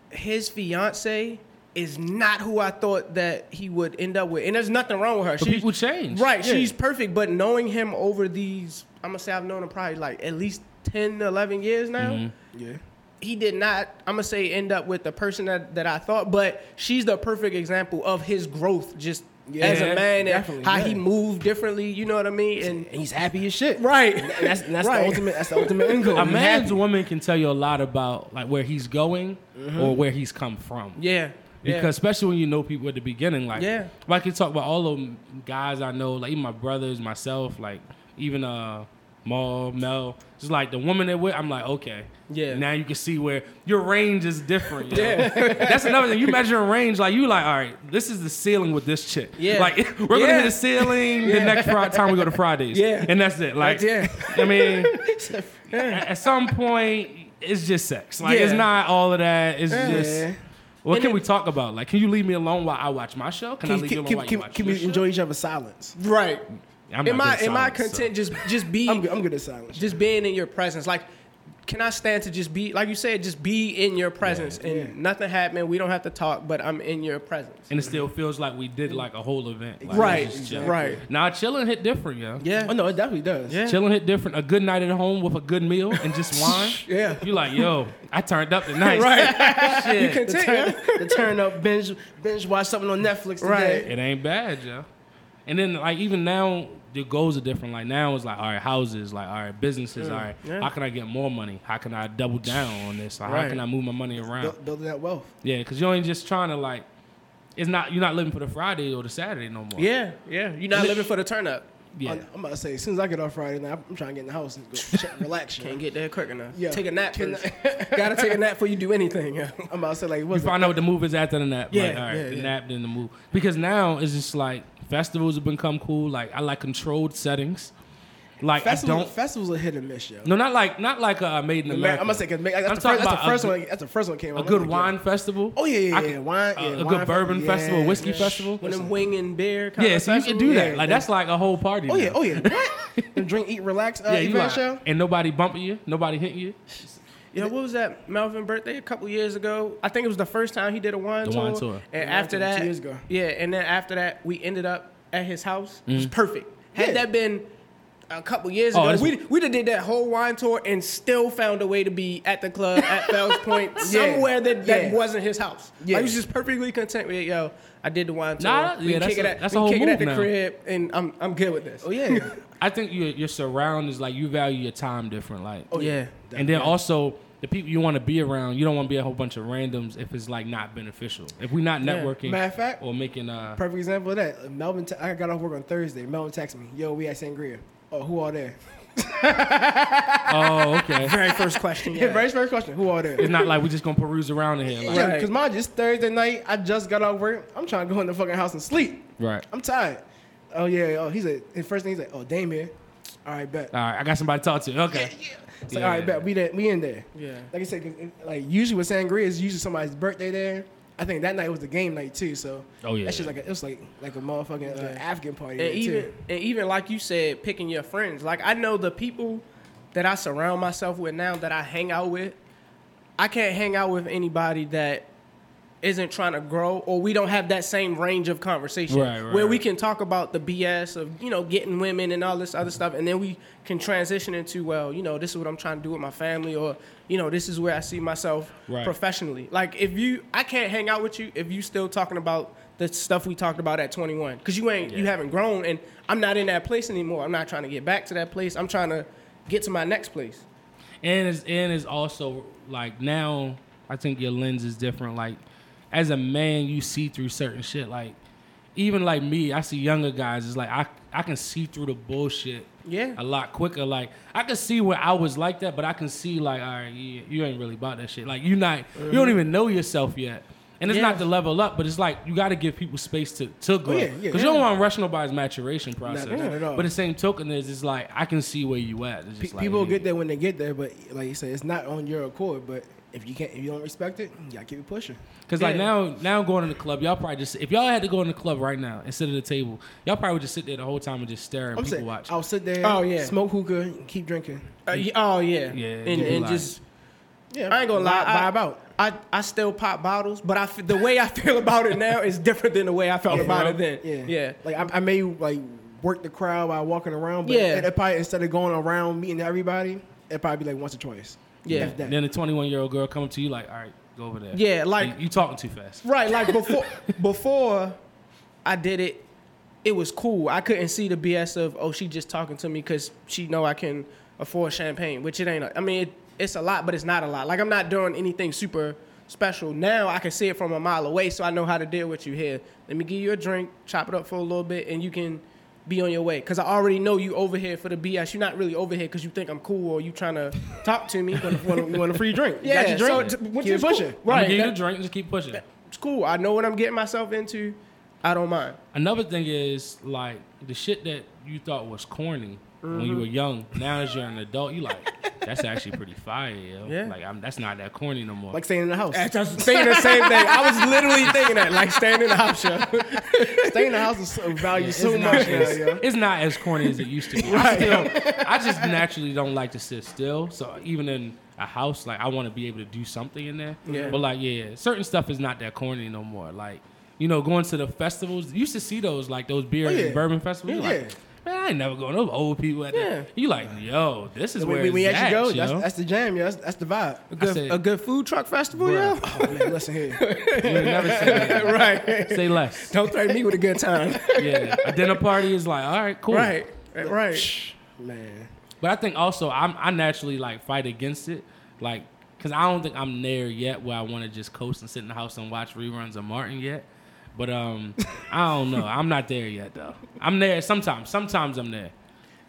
Speaker 4: his fiance is not who I thought that he would end up with. And there's nothing wrong with her.
Speaker 2: But people change.
Speaker 4: Right.
Speaker 3: Yeah.
Speaker 4: She's perfect. But knowing him over these, I'm going to say I've known him probably like at least 10, 11 years now.
Speaker 3: Mm-hmm. Yeah.
Speaker 4: He did not, I'm going to say, end up with the person that, that I thought. But she's the perfect example of his growth just as
Speaker 2: Yeah,
Speaker 4: a man
Speaker 3: definitely,
Speaker 4: and how he
Speaker 3: yeah.
Speaker 4: moved differently. You know what I mean?
Speaker 3: And,
Speaker 4: And
Speaker 3: he's happy as shit.
Speaker 4: Right.
Speaker 3: And that's and that's
Speaker 4: Right.
Speaker 3: the ultimate that's the ultimate end goal.
Speaker 2: A
Speaker 3: He's
Speaker 2: man's
Speaker 3: happy.
Speaker 2: woman can tell you a lot about like where he's going
Speaker 3: Mm-hmm.
Speaker 2: or where he's come from.
Speaker 4: yeah.
Speaker 2: Because
Speaker 4: yeah.
Speaker 2: especially when you know people at the beginning, like
Speaker 4: Yeah.
Speaker 2: well, I can talk about all the guys I know, like even my brothers, myself, like even uh Maul, Mel, just like the woman that with, I'm like, okay,
Speaker 4: Yeah.
Speaker 2: Now you can see where your range is different. yeah, that's another thing. You measuring range, like you like, all right, this is the ceiling with this chick.
Speaker 4: Yeah.
Speaker 2: like we're gonna
Speaker 4: Yeah.
Speaker 2: hit the ceiling the next Friday time we go to Fridays.
Speaker 4: Yeah.
Speaker 2: and that's it. Like,
Speaker 4: That's
Speaker 2: I mean, at at some point, it's just sex. Like it's
Speaker 4: Yeah.
Speaker 2: not all of that. It's
Speaker 3: Yeah.
Speaker 2: just. What
Speaker 4: And
Speaker 2: can
Speaker 4: it-
Speaker 2: we talk about? Like, can you leave me alone while I watch my show? Can, I
Speaker 3: Can,
Speaker 2: leave you
Speaker 3: can,
Speaker 2: alone
Speaker 3: can,
Speaker 2: while you
Speaker 3: can,
Speaker 2: watch
Speaker 3: can
Speaker 2: your
Speaker 3: we
Speaker 2: show?
Speaker 3: enjoy each other's silence?
Speaker 4: Right.
Speaker 2: I'm
Speaker 4: Am
Speaker 2: not
Speaker 4: I
Speaker 2: good at
Speaker 4: am I
Speaker 2: silence, so-
Speaker 4: content just just be
Speaker 3: I'm, good- I'm good at silence.
Speaker 4: just being in your presence? Like, can I stand to just be like you said, just be in your presence and
Speaker 3: Yeah.
Speaker 4: nothing happened. We don't have to talk, but I'm in your presence.
Speaker 2: and it still feels like we did like a whole event. Like,
Speaker 4: Right,
Speaker 2: we just chilled.
Speaker 4: right.
Speaker 2: Now chilling hit different, yeah.
Speaker 4: Yeah.
Speaker 3: oh no, it definitely does.
Speaker 4: Yeah.
Speaker 2: Chilling hit different. A good night at home with a good meal and just wine.
Speaker 3: Yeah.
Speaker 2: You like, yo, I turned up tonight.
Speaker 4: Right.
Speaker 2: Shit.
Speaker 4: you
Speaker 3: The
Speaker 4: content.
Speaker 3: turn,
Speaker 4: yeah?
Speaker 3: the turn up, binge, binge watch something on Netflix today.
Speaker 4: Right.
Speaker 2: It ain't bad, yeah. And then like even now the goals are different. Like now it's like all right, houses, like all right, businesses, all right.
Speaker 4: Mm, yeah.
Speaker 2: How can I get more money? How can I double down on this? Like, How
Speaker 4: Right.
Speaker 2: can I move my money around?
Speaker 3: Build- building that wealth.
Speaker 2: Yeah, because you ain't just trying to like. It's not you're not living for the Friday or the Saturday no more.
Speaker 4: Yeah, yeah. You're not living for the turn up.
Speaker 2: yeah.
Speaker 3: I'm, I'm about to say, as soon as I get off Friday night, I'm trying to get in the house and go check, relax.
Speaker 4: Can't
Speaker 3: Yo.
Speaker 4: get there quick enough.
Speaker 3: Yeah.
Speaker 4: Take a nap.
Speaker 3: Can-
Speaker 4: first. Gotta take a nap before you do anything. yeah.
Speaker 3: I'm about to say like,
Speaker 2: You
Speaker 3: what's
Speaker 2: find out what the move is after the nap.
Speaker 4: Yeah,
Speaker 2: like, all right,
Speaker 4: yeah,
Speaker 2: the
Speaker 4: yeah.
Speaker 2: nap then the move. Because now it's just like festivals have become cool. Like I like controlled settings. Like I
Speaker 3: festivals?
Speaker 2: don't.
Speaker 3: Festivals are hit and miss, yo.
Speaker 2: no, not like not like uh, made in America.
Speaker 3: I'm gonna say, cause ma-
Speaker 2: I'm
Speaker 3: that's, the
Speaker 2: talking
Speaker 3: first, that's
Speaker 2: about
Speaker 3: the
Speaker 2: a
Speaker 3: first
Speaker 2: good-
Speaker 3: one. That's the first one that came.
Speaker 2: a
Speaker 3: out.
Speaker 2: good
Speaker 3: I'm like,
Speaker 2: wine
Speaker 3: yo.
Speaker 2: festival.
Speaker 3: Oh yeah, yeah,
Speaker 2: I
Speaker 3: yeah,
Speaker 2: could-
Speaker 3: wine.
Speaker 2: a-
Speaker 3: yeah,
Speaker 2: a
Speaker 3: wine
Speaker 2: good bourbon
Speaker 3: yeah,
Speaker 2: festival, whiskey
Speaker 3: yeah.
Speaker 2: festival.
Speaker 4: When them wing and beer. Kind
Speaker 2: Yeah, so you can do that. like that's like a whole party.
Speaker 3: Oh yeah,
Speaker 2: now.
Speaker 3: oh yeah. What? The drink, eat, relax. Uh,
Speaker 2: yeah. You
Speaker 3: event
Speaker 2: like,
Speaker 3: show.
Speaker 2: and nobody bumping you, nobody hitting you.
Speaker 4: Yeah, what was that Melvin birthday a couple years ago? I think it was the first time he did a wine
Speaker 2: The
Speaker 4: tour.
Speaker 2: wine tour.
Speaker 4: And
Speaker 3: The wine
Speaker 4: after
Speaker 3: tour,
Speaker 4: that,
Speaker 3: two years ago.
Speaker 4: yeah, and then after that, we ended up at his house. It was perfect. Had
Speaker 3: Yeah.
Speaker 4: that been a couple years
Speaker 2: Mm-hmm. Oh,
Speaker 4: ago,
Speaker 2: that's-
Speaker 4: we we'd have did that whole wine tour and still found a way to be at the club at Fells Point somewhere that, that
Speaker 3: Yeah.
Speaker 4: wasn't his house.
Speaker 3: Yeah.
Speaker 4: I was just perfectly content with it. Yo, I did the wine tour.
Speaker 2: Nah,
Speaker 4: we
Speaker 2: yeah,
Speaker 4: can
Speaker 2: that's
Speaker 4: kick it
Speaker 2: a-
Speaker 4: at,
Speaker 2: that's a
Speaker 4: we can
Speaker 2: whole
Speaker 4: kick it at the
Speaker 2: move now.
Speaker 4: crib, and I'm I'm good with this.
Speaker 3: Oh yeah.
Speaker 2: I think your your surroundings, like you value your time different. Like
Speaker 4: Oh, yeah.
Speaker 2: and then also the people you want to be around, you don't want to be a whole bunch of randoms if it's like not beneficial. If we're not networking,
Speaker 3: Matter of fact-
Speaker 2: or making uh,
Speaker 3: Perfect example of that. Melvin, te- I got off work on Thursday. Melvin texted me, "Yo, we at Sangria. Oh, who all there?"
Speaker 2: oh okay,
Speaker 4: Very first question.
Speaker 3: Yeah.
Speaker 4: Yeah.
Speaker 3: Very first question. Who all there?
Speaker 2: it's not like we're just gonna peruse around in here. Like,
Speaker 3: Yeah,
Speaker 4: Right.
Speaker 3: Cause mind you, it's Thursday night. I just got off work. I'm trying to go in the fucking house and sleep.
Speaker 2: right.
Speaker 3: I'm tired. Oh yeah. Oh, he's like, his first thing he's like, "Oh, Dame here." All right, bet.
Speaker 2: All right, I got somebody to talk to. Okay,
Speaker 3: It's like, all right, bet. We there, we in there.
Speaker 4: Yeah.
Speaker 3: Like I said, 'cause it- like usually with Sangria is usually somebody's birthday there. I think that night was the game night too. So
Speaker 2: Oh, yeah,
Speaker 3: that shit
Speaker 2: yeah.
Speaker 3: like a, it was like like a motherfucking uh, African party. there,
Speaker 4: and even
Speaker 3: too.
Speaker 4: and even like you said, picking your friends. Like I know the people that I surround myself with now that I hang out with. I can't hang out with anybody that isn't trying to grow or we don't have that same range of conversation
Speaker 2: Right, right,
Speaker 4: where we
Speaker 2: right.
Speaker 4: can talk about the BS of you know getting women and all this other stuff and then we can transition into well you know this is what I'm trying to do with my family or you know this is where I see myself
Speaker 2: Right.
Speaker 4: professionally like if you I can't hang out with you if you still talking about the stuff we talked about at 21 cuz you ain't you
Speaker 2: Yeah.
Speaker 4: haven't grown and I'm not in that place anymore I'm not trying to get back to that place I'm trying to get to my next place
Speaker 2: and it's and it's also like now I think your lens is different. Like as a man, you see through certain shit. Like even like me, I see younger guys. It's like I I can see through the bullshit.
Speaker 4: Yeah.
Speaker 2: a lot quicker. Like I can see where I was like that, but I can see like all right, you, you ain't really about that shit. Like you not you
Speaker 3: Uh-huh.
Speaker 2: don't even know yourself yet. And it's
Speaker 4: Yeah.
Speaker 2: not to level up, but it's like you got to give people space to to grow.
Speaker 3: Oh, yeah,
Speaker 2: Because
Speaker 3: yeah.
Speaker 2: you don't want to rush nobody's maturation process.
Speaker 3: not at all.
Speaker 2: But the same token is, it's like I can see where you at. It's just like,
Speaker 3: people
Speaker 2: yeah.
Speaker 3: get there when they get there, but like you said, it's not on your accord. But if you can't, if you don't respect it, you gotta keep it pushing.
Speaker 2: Cause like
Speaker 4: Yeah.
Speaker 2: now, now going to the club, y'all probably just if y'all had to go in the club right now and sit at a table, y'all probably would just sit there the whole time and just stare at
Speaker 3: I'm
Speaker 2: people
Speaker 3: saying,
Speaker 2: watch.
Speaker 3: I'll sit there.
Speaker 4: Oh, yeah.
Speaker 3: smoke hookah, and keep drinking.
Speaker 4: Uh, y- oh yeah,
Speaker 2: Yeah,
Speaker 4: and,
Speaker 2: you
Speaker 4: and
Speaker 2: lie.
Speaker 4: just
Speaker 3: Yeah,
Speaker 4: I ain't gonna lie, I-
Speaker 3: Vibe out.
Speaker 4: I, I still pop bottles, but I f- the way I feel about it now is different than the way I felt
Speaker 2: Yeah.
Speaker 4: about it then.
Speaker 3: Yeah,
Speaker 4: yeah,
Speaker 3: Like I, I may like work the crowd by walking around, but
Speaker 4: Yeah.
Speaker 3: it, it probably instead of going around meeting everybody, it probably be like once or twice.
Speaker 4: Yeah.
Speaker 3: If that.
Speaker 2: And then the twenty one year old girl come up to you like, all right, go over there.
Speaker 4: Yeah, like-
Speaker 2: you, you talking too fast.
Speaker 4: right. Like before, before I did it, it was cool. I couldn't see the BS of oh she just talking to me because she know I can afford champagne, which it ain't. a- I mean, it, it's a lot, but it's not a lot. Like I'm not doing anything super special now. I can see it from a mile away, so I know how to deal with you here. Let me give you a drink, chop it up for a little bit, and you can. Be on your way, cause I already know you over here for the BS. You're not really over here cause you think I'm cool or you trying to talk to me.
Speaker 3: want, a, want a free drink? You
Speaker 4: Yeah,
Speaker 3: got your drink.
Speaker 4: so t- which
Speaker 3: Keep
Speaker 4: is
Speaker 3: it pushing.
Speaker 4: cool.
Speaker 2: Right. I'm
Speaker 4: Right,
Speaker 2: gonna give you
Speaker 4: that-
Speaker 2: a drink, just keep pushing.
Speaker 4: it's cool. I know what I'm getting myself into. I don't mind.
Speaker 2: Another thing is like the shit that you thought was corny when you were young. Now as you're an adult, you like that's actually pretty fire. Yo.
Speaker 4: Yeah.
Speaker 2: Like I'm, that's not that corny no more.
Speaker 3: Like staying in the house.
Speaker 4: I was thinking the same thing. I was literally thinking that, like staying in the house show.
Speaker 3: staying in the house is so value
Speaker 2: it's,
Speaker 3: so
Speaker 2: not
Speaker 3: much now,
Speaker 2: as,
Speaker 3: yo.
Speaker 2: it's not as corny as it used to be. I, still, I just naturally don't like to sit still. So even in a house, like I want to be able to do something in there.
Speaker 4: Yeah.
Speaker 2: But like, yeah, certain stuff is not that corny no more. Like, you know, going to the festivals. You used to see those like those beer
Speaker 3: Oh, yeah.
Speaker 2: and bourbon festivals.
Speaker 3: Yeah.
Speaker 2: You're like, man, I ain't never going. Those old people at
Speaker 4: Yeah.
Speaker 2: that. You like, yo, this is where
Speaker 3: When we
Speaker 2: it's
Speaker 3: actually
Speaker 2: at,
Speaker 3: go,
Speaker 2: yo.
Speaker 3: that's, that's the jam, yo. That's, that's the vibe.
Speaker 4: A good,
Speaker 2: said-
Speaker 4: a good food truck festival, yo.
Speaker 2: Bruh.
Speaker 3: Oh, man, listen here.
Speaker 2: You'll never say that.
Speaker 4: right.
Speaker 2: Say less.
Speaker 4: Don't threaten me with a good time.
Speaker 2: Yeah. A dinner party is like, all right, cool.
Speaker 4: Right. Right.
Speaker 3: Man.
Speaker 2: But I think also I'm I naturally like fight against it, like because I don't think I'm there yet where I want to just coast and sit in the house and watch reruns of Martin yet. But um, I don't know. I'm not there yet though. I'm there sometimes. Sometimes I'm there,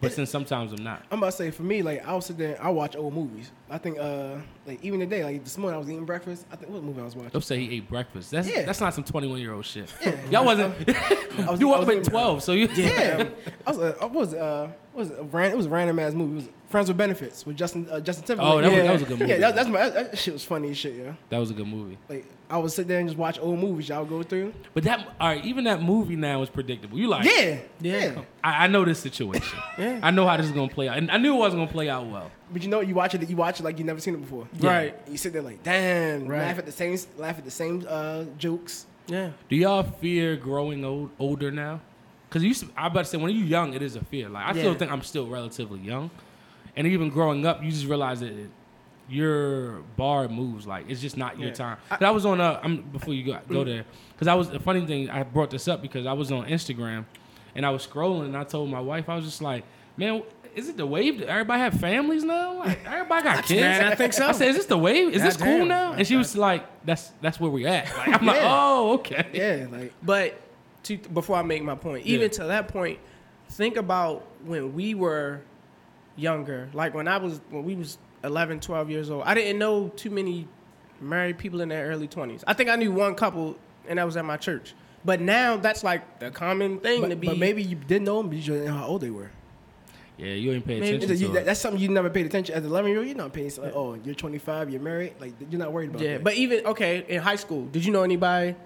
Speaker 2: but since sometimes I'm not.
Speaker 3: I'm about to say for me, like I'll sit there, and I watch old movies. I think, uh, like even today, like this morning, I was eating breakfast. I think what movie I was watching?
Speaker 2: Don't say he ate breakfast. That's
Speaker 3: Yeah.
Speaker 2: that's not some 21 year old shit. Y'all wasn't.
Speaker 3: I was,
Speaker 2: you
Speaker 3: I
Speaker 2: woke
Speaker 3: was
Speaker 2: up
Speaker 3: eating-
Speaker 2: at 12, so you
Speaker 3: Yeah, I was. Uh, what was it, uh, what was it, a ran, it was a random ass movie. It was Friends with Benefits with Justin uh, Justin Timberlake.
Speaker 2: Oh, that was-
Speaker 3: yeah.
Speaker 2: that was a good movie.
Speaker 3: Yeah, that, that's my that, that shit was funny as shit. Yeah,
Speaker 2: that was a good movie.
Speaker 3: like I would sit there and just watch old movies. Y'all go through.
Speaker 2: But that all right, even that movie now is predictable. You like
Speaker 3: Yeah, yeah.
Speaker 4: Yeah.
Speaker 2: I, I know this situation.
Speaker 4: Yeah.
Speaker 2: I know how this is gonna play out, and I knew it wasn't gonna play out well.
Speaker 3: But you know, you watch it. You watch it like you never seen it before.
Speaker 2: Yeah.
Speaker 4: Right.
Speaker 3: You sit there like, damn,
Speaker 4: Right.
Speaker 3: laugh at the same laugh at the same uh, jokes.
Speaker 4: Yeah.
Speaker 2: Do y'all fear growing old older now? Because you, s- I about to say when you're young, it is a fear. Like I still
Speaker 4: Yeah.
Speaker 2: think I'm still relatively young, and even growing up, you just realize that it, your bar moves. Like it's just not your
Speaker 4: Yeah.
Speaker 2: time. 'Cause I was on a I'm, before you go, go there. Because I was the funny thing I brought this up because I was on Instagram, and I was scrolling and I told my wife I was just like, man. Is it the wave? that Everybody have families now. Like, everybody got kids.
Speaker 4: Man, I think so.
Speaker 2: I said, "Is this the wave? Is this cool
Speaker 4: Goddamn.
Speaker 2: now?" And she was like, "That's that's where we at." Like, I'm like,
Speaker 3: Yeah.
Speaker 2: "Oh, okay."
Speaker 3: Yeah, like
Speaker 4: But to, before I make my point, even
Speaker 2: Yeah.
Speaker 4: to that point, think about when we were younger. Like when I was when we was 11, 12 years old. I didn't know too many married people in their early 20s. I think I knew one couple and that was at my church. But now that's like the common thing to
Speaker 3: But,
Speaker 4: be
Speaker 3: but maybe you didn't know them, but you just didn't know how old they were.
Speaker 2: Yeah, you ain't paying
Speaker 4: Maybe-
Speaker 2: attention
Speaker 3: You-
Speaker 2: to
Speaker 3: that-
Speaker 2: it.
Speaker 3: that's something you never paid attention. As an 11 year old, you're not paying. Like, oh, you're 25, you're married. Like you're not worried about
Speaker 4: Yeah,
Speaker 3: that.
Speaker 4: but even okay in high school, did you know anybody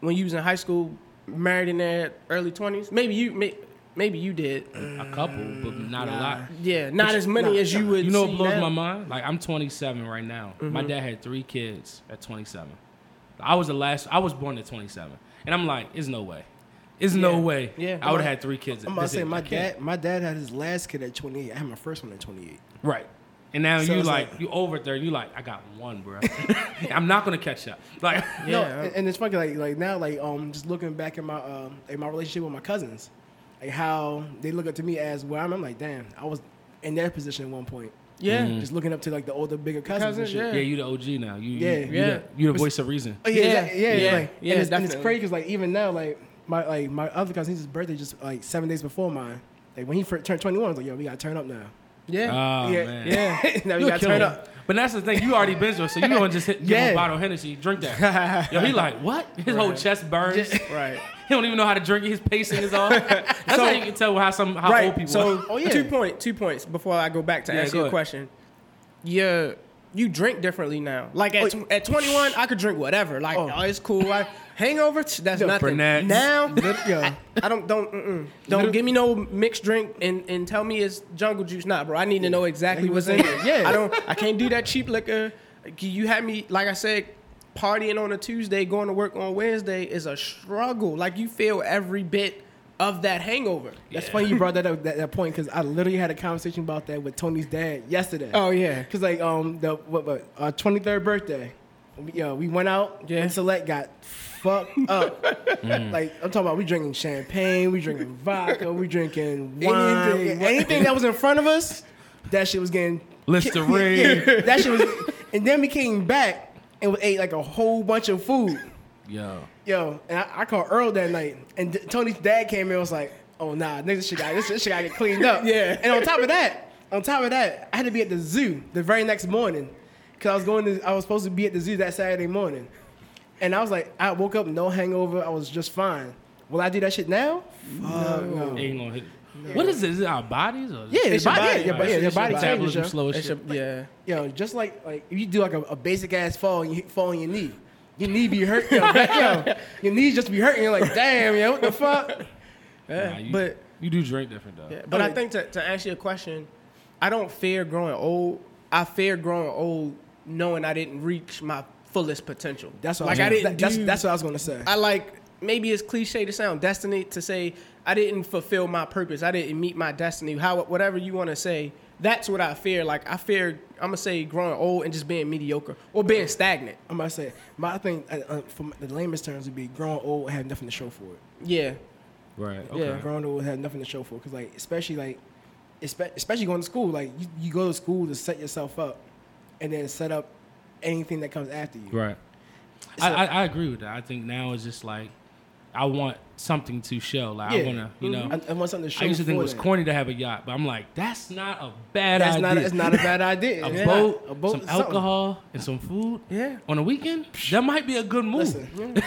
Speaker 4: when you was in high school married in their early twenties? Maybe you may, maybe you did.
Speaker 2: a couple, but not a lot.
Speaker 4: Yeah, not as many
Speaker 3: nah,
Speaker 4: as you would.
Speaker 2: You know what
Speaker 4: see
Speaker 2: blows
Speaker 4: now.
Speaker 2: my mind? Like I'm 27 right now.
Speaker 3: Mm-hmm.
Speaker 2: My dad had three kids at 27. I was the last. I was born at 27, and I'm like, "It's no way. It's
Speaker 4: Yeah.
Speaker 2: no way.
Speaker 4: Yeah.
Speaker 2: I would have had three kids.
Speaker 3: I'm about to
Speaker 2: This
Speaker 3: say
Speaker 2: ain't- I
Speaker 3: my
Speaker 2: can't.
Speaker 3: dad. My dad had his last kid at 28. I had my first one at 28.
Speaker 2: Right. And now
Speaker 3: So
Speaker 2: you
Speaker 3: it's
Speaker 2: like,
Speaker 3: like-
Speaker 2: you over there. You like I got one, bro. I'm not gonna catch up. Like
Speaker 3: No,
Speaker 4: Yeah.
Speaker 3: and, and it's funny. Like like now, like um, just looking back at my um, at my relationship with my cousins, like how they look up to me as where I'm. I'm like, damn, I was in their position at one point.
Speaker 4: Yeah,
Speaker 2: Mm.
Speaker 3: Just looking up to like the older, bigger cousins. and
Speaker 4: cousins,
Speaker 3: shit.
Speaker 2: yeah, you the OG now. You yeah
Speaker 3: Yeah.
Speaker 2: you,
Speaker 4: Yeah.
Speaker 2: The, you the voice of reason.
Speaker 3: Oh, yeah,
Speaker 4: Yeah,
Speaker 3: exact- yeah,
Speaker 4: yeah,
Speaker 3: like,
Speaker 4: yeah,
Speaker 3: and, it's, and it's
Speaker 4: definitely.
Speaker 3: crazy because like even now, like my like my other cousin, his birthday just like seven days before mine. Like when he fir- turned 21, I was like, yo, we gotta turn up now.
Speaker 4: yeah.
Speaker 2: Oh
Speaker 3: yeah,
Speaker 2: man.
Speaker 3: yeah. now we
Speaker 2: You'll
Speaker 3: gotta
Speaker 2: kill
Speaker 3: turn
Speaker 2: him.
Speaker 3: up.
Speaker 2: But that's the thing. You already been to it, so you gonna just hit, give him
Speaker 3: Yeah.
Speaker 2: a bottle of Hennessy, drink that. Yo, he like what? His whole chest burns. he
Speaker 4: right.
Speaker 2: don't even know how to drink it. His pacing is off. That's
Speaker 4: So-
Speaker 2: how you can tell how some how old
Speaker 4: right.
Speaker 2: people.
Speaker 4: So
Speaker 2: are.
Speaker 3: Oh, yeah.
Speaker 4: two point two points before I go back to
Speaker 2: Yeah,
Speaker 4: answer
Speaker 2: go
Speaker 4: your
Speaker 2: ahead.
Speaker 4: question. Yeah, you drink differently now. Like at,
Speaker 3: Oh,
Speaker 4: tw- at 21, I could drink whatever. Like oh,
Speaker 3: Oh.
Speaker 4: it's cool. I, hangover, tch, that's
Speaker 3: Yo,
Speaker 4: nothing.
Speaker 2: Burnett's.
Speaker 4: Now
Speaker 3: Lit- yo,
Speaker 4: I don't don't mm-mm. don't
Speaker 3: Little-
Speaker 4: give me no mixed drink and, and tell me it's jungle juice. Nah, bro. I need to know exactly
Speaker 3: Yeah,
Speaker 4: what's
Speaker 3: he
Speaker 4: in
Speaker 3: was
Speaker 4: it.
Speaker 3: in it. Yeah.
Speaker 4: I don't. I can't do that cheap liquor. You had me like I said, partying on a Tuesday, going to work on Wednesday is a struggle. Like you feel every bit of that hangover.
Speaker 3: that's funny you brought that up that, that point because I literally had a conversation about that with Tony's dad yesterday.
Speaker 4: Oh yeah.
Speaker 3: Cause like um the what what our twenty third birthday, we, yo we went out
Speaker 4: Yeah.
Speaker 3: and select got fucked up. Mm. Like I'm talking about we drinking champagne, we drinking vodka, we drinking wine,
Speaker 4: Anything.
Speaker 3: anything, that was in front of us, that shit was getting
Speaker 2: Listerine.
Speaker 3: Yeah, that shit was, and then we came back and we ate like a whole bunch of food,
Speaker 2: Yo,
Speaker 3: yo. And I, I called Earl that night, and D- Tony's dad came in and was like, oh nah, nigga, this shit got this, this shit got to get cleaned up.
Speaker 4: Yeah.
Speaker 3: And on top of that, on top of that, I had to be at the zoo the very next morning because I was going to, I was supposed to be at the zoo that Saturday morning, and I was like, I woke up no hangover, I was just fine. Will I do that shit now? Fuck no.
Speaker 2: ain't gonna hit. What is it? Is it our bodies? Or
Speaker 3: Yeah,
Speaker 4: It's
Speaker 3: your
Speaker 4: your
Speaker 3: body, yeah,
Speaker 4: body.
Speaker 3: your
Speaker 4: Right.
Speaker 3: body, yeah, your
Speaker 4: It's your
Speaker 3: body
Speaker 4: body.
Speaker 3: changes.
Speaker 2: metabolism
Speaker 3: yo.
Speaker 2: slow as
Speaker 4: It's
Speaker 2: shit.
Speaker 4: a, yeah.
Speaker 3: You know, just like like if you do like a, a basic ass fall, and you fall on your knee, your knee be hurt, yo, back, yo, your knees just be hurting. You're like, damn, yo, what the fuck?
Speaker 4: yeah.
Speaker 2: Nah, you,
Speaker 4: but
Speaker 2: you do drink different though.
Speaker 4: yeah. but I
Speaker 3: Okay.
Speaker 4: think to, to answer your question, I don't fear growing old. I fear growing old knowing I didn't reach my fullest potential.
Speaker 3: That's what
Speaker 4: like
Speaker 3: I,
Speaker 4: I,
Speaker 3: was,
Speaker 4: didn't
Speaker 3: that- that's
Speaker 4: do-
Speaker 3: that's what I was gonna say.
Speaker 4: I like maybe it's cliche to sound destiny to say I didn't fulfill my purpose. I didn't meet my destiny. How whatever you want to say, that's what I fear. Like I fear I'm gonna say growing old and just being mediocre or being stagnant.
Speaker 3: I'm gonna say my thing uh, uh, from the lamest terms would be growing old and have nothing to show for it.
Speaker 4: Yeah,
Speaker 2: Right.
Speaker 4: Yeah.
Speaker 2: Okay.
Speaker 3: Growing old had nothing to show for because like especially like espe- especially going to school like you, you go to school to set yourself up and then set up anything that comes after you
Speaker 2: Right. I, I, I agree with that. I think now it's just like I want something to show. Like I
Speaker 3: Yeah. Mm-hmm.
Speaker 2: want to, you know.
Speaker 3: I, I want something to show
Speaker 2: I used to think it
Speaker 3: for
Speaker 2: was
Speaker 3: that.
Speaker 2: corny to have a yacht, but I'm like, that's not a bad
Speaker 3: that's
Speaker 2: idea.
Speaker 3: not a, it's not a bad idea
Speaker 2: a
Speaker 3: Yeah.
Speaker 2: boat,
Speaker 3: a boat
Speaker 2: some
Speaker 3: something.
Speaker 2: alcohol, and some food.
Speaker 4: Yeah.
Speaker 2: On a weekend, that might be a good move.
Speaker 3: listen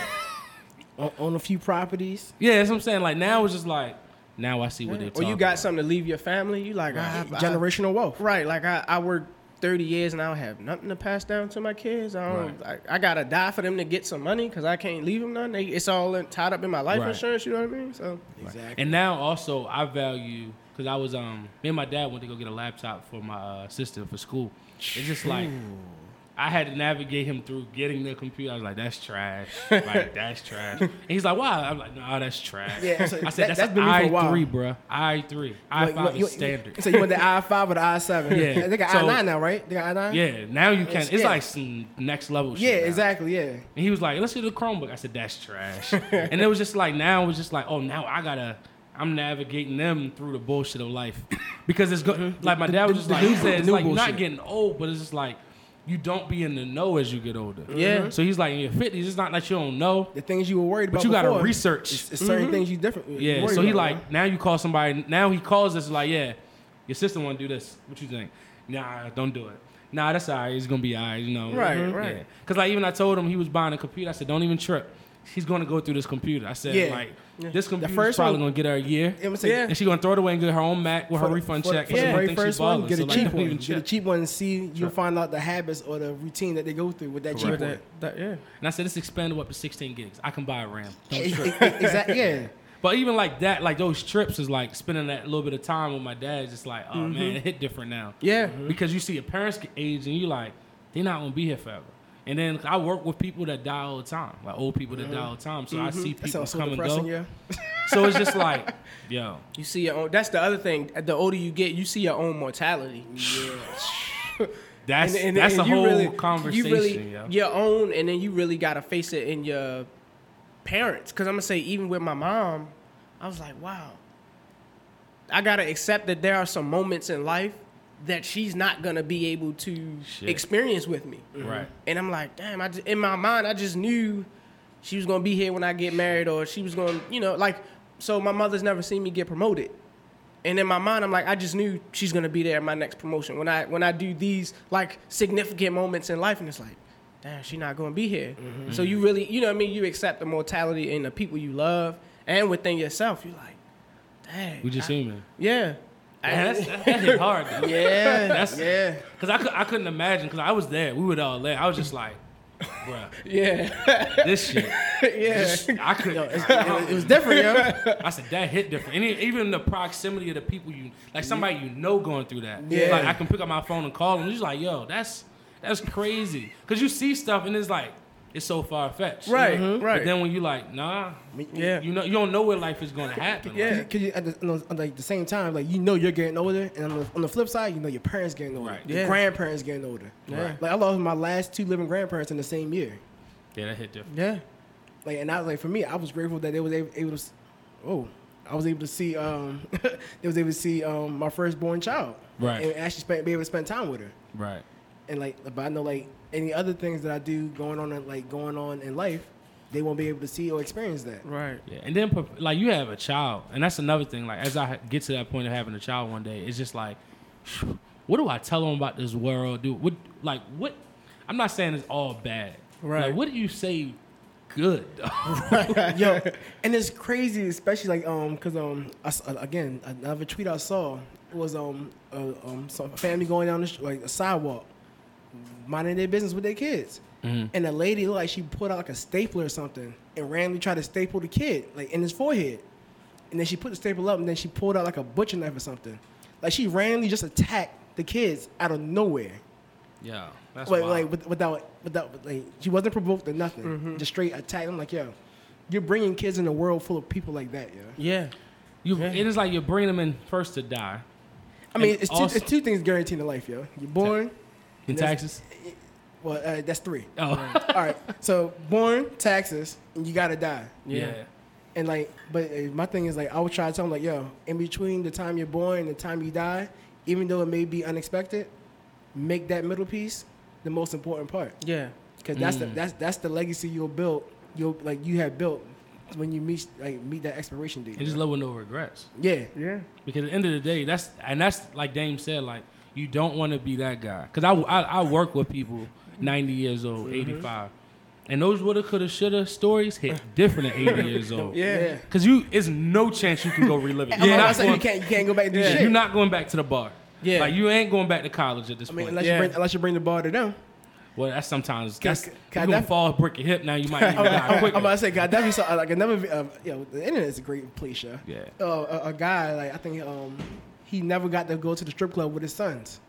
Speaker 3: on, on a few properties
Speaker 2: Yeah, that's what I'm saying. Like now it's just like now I see what they're
Speaker 4: or
Speaker 2: talking.
Speaker 4: you got
Speaker 2: about.
Speaker 4: something to leave your family. You like "Ah, I, I-
Speaker 3: generational wealth
Speaker 4: right? Like I, I worked 30 years and I don't have nothing to pass down to my kids. I don't. I, I gotta die for them to get some money because I can't leave them none. They, it's all in, tied up in my life
Speaker 2: Right.
Speaker 4: insurance. You know what I mean? So
Speaker 3: exactly
Speaker 2: And now also I value because I was um me and my dad went to go get a laptop for my uh, sister for school. It's just like I had to navigate him through getting the computer. I was like, that's trash. Like that's trash. And he's like, why? I'm like, no, that's trash.
Speaker 3: Yeah,
Speaker 2: I
Speaker 3: so
Speaker 2: said that's,
Speaker 3: that- that's
Speaker 2: an
Speaker 3: been me for
Speaker 2: i
Speaker 3: a while.
Speaker 2: three, bruh. I three. I
Speaker 3: Like,
Speaker 2: five
Speaker 3: you-
Speaker 2: is
Speaker 3: you-
Speaker 2: standard.
Speaker 3: so you want the I five or the I seven?
Speaker 2: Yeah.
Speaker 3: they got
Speaker 2: So-
Speaker 3: I nine now, right? They got I nine.
Speaker 2: yeah, now you can.
Speaker 3: It's-
Speaker 2: It's,
Speaker 3: yeah.
Speaker 2: like some next level.
Speaker 3: yeah,
Speaker 2: shit now.
Speaker 3: exactly. Yeah,
Speaker 2: And he was like, let's do the Chromebook. I said, that's trash. and it was just like, now it was just like, oh, now I gotta, I'm navigating them through the bullshit of life. because it's good. Like my dad was just
Speaker 3: the
Speaker 2: like,
Speaker 3: new-
Speaker 2: he said,
Speaker 3: the
Speaker 2: it's
Speaker 3: new
Speaker 2: like not
Speaker 3: bullshit.
Speaker 2: getting old, but it's just like, you don't be in the know as you get older.
Speaker 4: Yeah.
Speaker 2: So he's like, in your 50s, it's not that you don't know,
Speaker 3: the things you were worried about.
Speaker 2: but you gotta
Speaker 3: before,
Speaker 2: research.
Speaker 3: It's, it's certain things you different. you
Speaker 2: Yeah.
Speaker 3: worried
Speaker 2: So he
Speaker 3: about,
Speaker 2: like,
Speaker 3: huh?
Speaker 2: now you call somebody, now he calls us like, yeah, your sister wanna do this. What you think? Nah, don't do it. Nah, that's all right. It's gonna be all right, you know.
Speaker 4: Right, right.
Speaker 2: Because like even I told him he was buying a computer. I said, don't even trip. She's gonna go through this computer. I said,
Speaker 3: Yeah.
Speaker 2: like this computer's
Speaker 3: first
Speaker 2: probably
Speaker 3: one-
Speaker 2: gonna get her a year,
Speaker 3: I'm gonna say-
Speaker 4: Yeah.
Speaker 2: and she's gonna throw it away and get her own Mac with her
Speaker 3: For the-
Speaker 2: refund
Speaker 3: for the-
Speaker 2: check.
Speaker 3: For the
Speaker 2: and
Speaker 3: very
Speaker 2: think she's
Speaker 3: first one,
Speaker 2: ballin'.
Speaker 3: get a
Speaker 2: So, like,
Speaker 3: cheap
Speaker 2: don't
Speaker 3: one.
Speaker 2: even
Speaker 3: Get a
Speaker 2: trip.
Speaker 3: cheap one and see you'll find out the habits or the routine that they go through with that cheap
Speaker 4: But
Speaker 3: one.
Speaker 4: that, that, yeah.
Speaker 2: And I said, it's expandable up to 16 gigs. I can buy a RAM. Don't trip.
Speaker 3: Exactly. Yeah.
Speaker 2: But even like that, like those trips is like spending that little bit of time with my dad. Just like, oh
Speaker 3: Mm-hmm.
Speaker 2: man, it hit different now.
Speaker 4: Yeah.
Speaker 2: because you see your parents get age and you like, they're not gonna be here forever. And then I work with people that die all the time, like old people that die
Speaker 4: Mm-hmm.
Speaker 2: all the time. So I see
Speaker 3: That
Speaker 2: people
Speaker 3: sounds so
Speaker 2: come and go.
Speaker 3: depressing. Yeah.
Speaker 2: So it's just like, yo,
Speaker 4: You see your own. That's the other thing. The older you get, you see your own mortality.
Speaker 2: that's
Speaker 4: And- and-
Speaker 2: that's
Speaker 4: and
Speaker 2: a
Speaker 4: you
Speaker 2: whole
Speaker 4: really-
Speaker 2: conversation.
Speaker 4: You really
Speaker 2: yo.
Speaker 4: your own, and then you really gotta face it in your parents. Because I'm gonna say, even with my mom, I was like, wow, I gotta accept that there are some moments in life that she's not gonna be able to
Speaker 2: Shit. Mm-hmm.
Speaker 4: experience with me.
Speaker 2: Right.
Speaker 4: And I'm like, damn. I just, in my mind, I just knew she was gonna be here when I get married, or she was gonna, you know, like. So my mother's never seen me get promoted. And in my mind, I'm like, I just knew she's gonna be there at my next promotion. When I when I do these like significant moments in life, and it's like, damn, she's not gonna be here.
Speaker 3: Mm-hmm.
Speaker 4: So you really, you know, what I mean, you accept the mortality in the people you love and within yourself. You're like, dang,
Speaker 2: We just
Speaker 4: I-
Speaker 2: human.
Speaker 4: yeah,
Speaker 2: Man, that's, that, that hit hard. Though.
Speaker 4: yeah,
Speaker 2: That's-
Speaker 4: yeah,
Speaker 2: Cause I, cou- I couldn't imagine. Cause I was there. We were all there. I was just like, bruh,
Speaker 4: yeah,
Speaker 2: this shit.
Speaker 4: yeah.
Speaker 2: I couldn't.
Speaker 3: It was different, yo.
Speaker 2: I said that hit different. And e- even the proximity of the people you like somebody you know going through that.
Speaker 3: Yeah.
Speaker 2: Like I can pick up my phone and call them. You're just like, yo, that's that's crazy. Cause you see stuff and it's like it's so far fetched.
Speaker 4: Right, Mhm.
Speaker 2: But
Speaker 4: right.
Speaker 2: then when you like, nah,
Speaker 4: Yeah.
Speaker 2: you know you don't know where life is gonna happen.
Speaker 4: Yeah.
Speaker 2: Like,
Speaker 3: Cause you, at the, you know, at like the same time, like you know you're getting older, and on the, on the flip side, you know your parents getting older,
Speaker 2: Right.
Speaker 3: your
Speaker 4: Yeah.
Speaker 3: grandparents getting older.
Speaker 4: Right.
Speaker 3: Like I lost my last two living grandparents in the same year.
Speaker 2: yeah, that hit different.
Speaker 4: Yeah.
Speaker 3: Like and I was like, for me, I was grateful that they was able, able to. s- Oh, I was able to see. Um, they was able to see um, my firstborn child.
Speaker 2: Right.
Speaker 3: And actually spend, be able to spend time with her.
Speaker 2: Right.
Speaker 3: and like but I know like any other things that I do going on in- like going on in life, they won't be able to see or experience that.
Speaker 4: Right.
Speaker 2: Yeah, and then prep- like you have a child, and that's another thing. Like as I ha- get to that point of having a child one day, it's just like, what do I tell them about this world? Do what like what? I'm not saying it's all bad.
Speaker 4: Right.
Speaker 2: Like, what do you say good.
Speaker 3: Yo, and it's crazy, especially like um, cause um, I s- uh, again another tweet I saw was um, uh, um, some family going down the sh- like a sidewalk, minding their business with their kids,
Speaker 2: Mm-hmm.
Speaker 3: and a lady looked like she put out like a stapler or something and randomly tried to staple the kid like in his forehead, and then she put the staple up and then she pulled out like a butcher knife or something, like she randomly just attacked the kids out of nowhere,
Speaker 2: yeah, that's
Speaker 3: like,
Speaker 2: wild.
Speaker 3: like with- without without like she wasn't provoked or nothing, just straight attack. I'm like yo. You're bringing kids in a world full of people like that, yo.
Speaker 4: Yeah.
Speaker 2: you, it is like you bring them in first to die
Speaker 3: I mean,
Speaker 2: And
Speaker 3: it's,
Speaker 2: also-
Speaker 3: two, it's two things guaranteed in life, yo. You're born.
Speaker 2: in
Speaker 3: That's-
Speaker 2: taxes.
Speaker 3: Well, uh, that's three.
Speaker 2: Oh,
Speaker 3: All right. So born, taxes, and you gotta die.
Speaker 2: yeah.
Speaker 3: And like, but uh, my thing is like, I would try to tell them like, yo, in between the time you're born and the time you die, even though it may be unexpected, make that middle piece the most important part,
Speaker 4: Yeah.
Speaker 3: because that's
Speaker 2: Mm.
Speaker 3: the that's that's the legacy you'll build. You'll like you have built when you meet like meet that expiration date.
Speaker 2: And just
Speaker 3: yo.
Speaker 2: love with no regrets.
Speaker 3: yeah.
Speaker 4: Yeah.
Speaker 2: Because at the end of the day, that's and that's like Dame said, like you don't want to be that guy. Because I, I I work with people ninety years old,
Speaker 3: Mm-hmm.
Speaker 2: five, and those woulda, coulda, shoulda stories hit different at eighty years old.
Speaker 4: Yeah.
Speaker 3: Yeah.
Speaker 2: Because you, it's no chance you can go relive it.
Speaker 3: I'm
Speaker 2: You're
Speaker 3: not
Speaker 2: not
Speaker 3: saying you
Speaker 2: going,
Speaker 3: can't you can't go back and do shit.
Speaker 2: you're not going back to the bar.
Speaker 4: Yeah.
Speaker 2: Like you ain't going back to college at this
Speaker 3: I mean,
Speaker 2: point.
Speaker 3: unless
Speaker 4: Yeah.
Speaker 3: you bring unless you bring the ball to them.
Speaker 2: Well, that's sometimes
Speaker 3: Can-
Speaker 2: that's
Speaker 3: can-
Speaker 2: you
Speaker 3: can I
Speaker 2: gonna
Speaker 3: def-
Speaker 2: fall, break your hip. Now you might even die
Speaker 3: I'm,
Speaker 2: quicker.
Speaker 3: Oh, I'm about to say, God, that'd be so, like another. Uh, you know, the internet is a great place, yeah.
Speaker 2: Yeah.
Speaker 3: Uh, a, a guy, like I think, um, he never got to go to the strip club with his sons,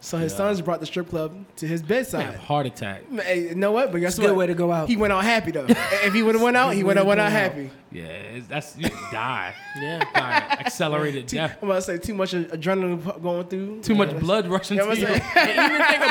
Speaker 3: so his
Speaker 2: Yeah.
Speaker 3: sons brought the strip club to his
Speaker 2: Have a
Speaker 3: bedside.
Speaker 2: heart attack.
Speaker 3: Hey, you know what? But guess
Speaker 4: a good
Speaker 3: what?
Speaker 4: way to go out.
Speaker 3: He went out happy though. if he would have went out, he
Speaker 4: Good
Speaker 3: would have
Speaker 4: way
Speaker 3: went
Speaker 4: to
Speaker 3: out
Speaker 4: go out.
Speaker 3: happy.
Speaker 2: Yeah, it's, that's you die.
Speaker 4: Yeah.
Speaker 2: Die. Accelerated
Speaker 3: Too-
Speaker 2: death.
Speaker 3: I'm about to say too much adrenaline pu- going through.
Speaker 2: Too much blood rushing
Speaker 3: You know
Speaker 2: to
Speaker 3: what I'm
Speaker 2: you.
Speaker 3: saying?
Speaker 4: even think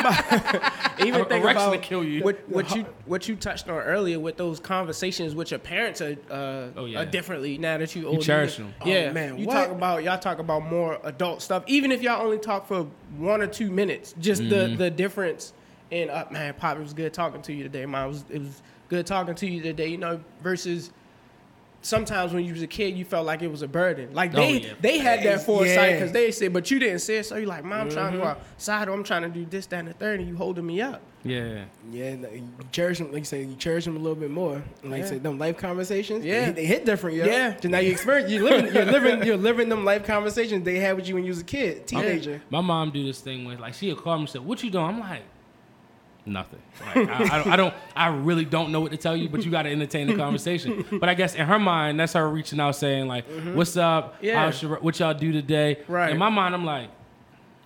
Speaker 4: about even
Speaker 2: A-
Speaker 4: think
Speaker 2: erection
Speaker 4: about
Speaker 2: to kill you.
Speaker 4: What, what you what you touched on earlier with those conversations with your parents are, uh,
Speaker 2: Oh, yeah.
Speaker 4: are differently now that you older.
Speaker 2: cherish 'em.
Speaker 3: Oh,
Speaker 4: Yeah,
Speaker 3: man,
Speaker 4: You
Speaker 3: what?
Speaker 4: talk about y'all talk about more adult stuff, even if y'all only talk for one or two minutes. Just
Speaker 2: Mm-hmm.
Speaker 4: the the difference in uh, man, pop, it was good talking to you today. Mom, it was it was good talking to you today. You know, versus. Sometimes when you was a kid, you felt like it was a burden. Like
Speaker 2: Oh,
Speaker 4: they,
Speaker 2: yeah.
Speaker 4: they had that
Speaker 3: Yeah.
Speaker 4: foresight because they said, but you didn't say it. So you're like, Mom, I'm trying to
Speaker 2: Mm-hmm.
Speaker 4: go outside or I'm trying to do this, that, and the third, and you holding me up.
Speaker 2: Yeah.
Speaker 3: Yeah, like, you cherish them. Like you say, you cherish them a little bit more. And like
Speaker 4: Yeah.
Speaker 3: you say, them life conversations.
Speaker 4: Yeah.
Speaker 3: Yeah, they, they hit different. Yo.
Speaker 4: Yeah.
Speaker 3: so now you experience. You're living. You're living. You're living them life conversations they had with you when you was a kid, teenager.
Speaker 2: My mom do this thing where like she'll call me and say, "What you doing?" I'm like, "Nothing. Like, I, I, don't, I don't. I really don't know what to tell you, but you got to entertain the conversation." But I guess in her mind, that's her reaching out saying like,
Speaker 3: Mm-hmm.
Speaker 2: "What's up?
Speaker 4: Yeah.
Speaker 2: How's your- what y'all do today?"
Speaker 4: Right.
Speaker 2: In my mind, I'm like.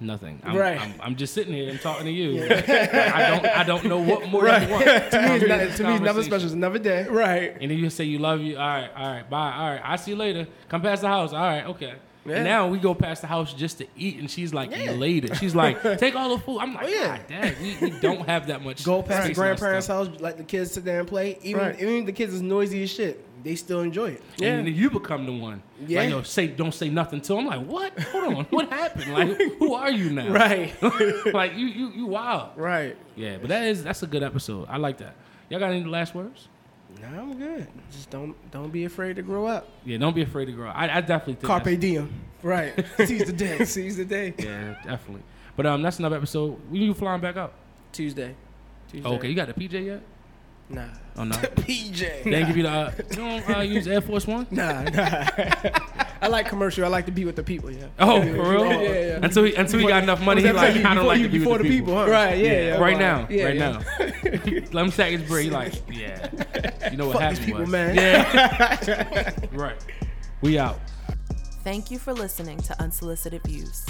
Speaker 2: Nothing. I'm,
Speaker 4: Right.
Speaker 2: I'm, I'm just sitting here and talking to you. Like, I don't. I don't know what more you want.
Speaker 3: To me, it's
Speaker 2: From
Speaker 3: not,
Speaker 2: this
Speaker 3: to me, it's never
Speaker 2: conversation.
Speaker 3: special. It's another day.
Speaker 4: Right.
Speaker 2: And then you say you love you. All right, all right, bye. All right, I see you later. Come past the house. All right, okay.
Speaker 4: Yeah.
Speaker 2: And now we go past the house just to eat, and she's like
Speaker 3: Yeah.
Speaker 2: elated. She's like, "Take all the food." I'm like,
Speaker 3: Oh, yeah.
Speaker 2: "God dang, we, we don't have that much."
Speaker 3: Go past the
Speaker 2: space in our
Speaker 3: grandparents'
Speaker 2: stuff."
Speaker 3: house, let the kids sit there and play. Even
Speaker 4: Right.
Speaker 3: even if the kids is noisy as shit, they still enjoy it.
Speaker 4: Yeah.
Speaker 2: And then you become the one.
Speaker 3: Yeah.
Speaker 2: Like, yo, say don't say nothing to. 'em. I'm like, what? Hold on, what happened? Like, who are you now?
Speaker 4: Right.
Speaker 2: like you, you, you wild.
Speaker 4: Right.
Speaker 2: Yeah, but that is that's a good episode. I like that. Y'all got any last words?
Speaker 3: Nah, I'm good.
Speaker 4: Just don't don't be afraid to grow up.
Speaker 2: Yeah, don't be afraid to grow. I, I definitely think that's-
Speaker 3: Carpe diem.
Speaker 4: Right.
Speaker 3: Seize the day.
Speaker 4: Seize the day.
Speaker 2: Yeah, definitely. But um, that's another episode. When you flying back up?
Speaker 4: Tuesday. Tuesday.
Speaker 2: Oh, Okay, you got the PJ yet?
Speaker 4: Nah.
Speaker 2: Oh no.
Speaker 3: PJ.
Speaker 2: They didn't give you the. Uh, you don't uh, use Air Force One?
Speaker 4: Nah. Nah. I like commercial. I like to be with the people. Yeah.
Speaker 2: Oh, for real?
Speaker 4: Yeah, yeah.
Speaker 2: Until he, until he got enough money, he like, I don't like to be with
Speaker 3: before
Speaker 2: the people.
Speaker 3: huh?
Speaker 4: Right. Yeah. yeah,
Speaker 2: right
Speaker 4: I'm
Speaker 2: now,
Speaker 4: like- yeah,
Speaker 2: right
Speaker 4: yeah.
Speaker 2: now. Let him sack his brain. He like, yeah. You know what
Speaker 3: Fuck
Speaker 2: happened
Speaker 3: these people,
Speaker 2: was.
Speaker 3: man.
Speaker 2: Yeah. right. We out.
Speaker 1: Thank you for listening to Unsolicited Views.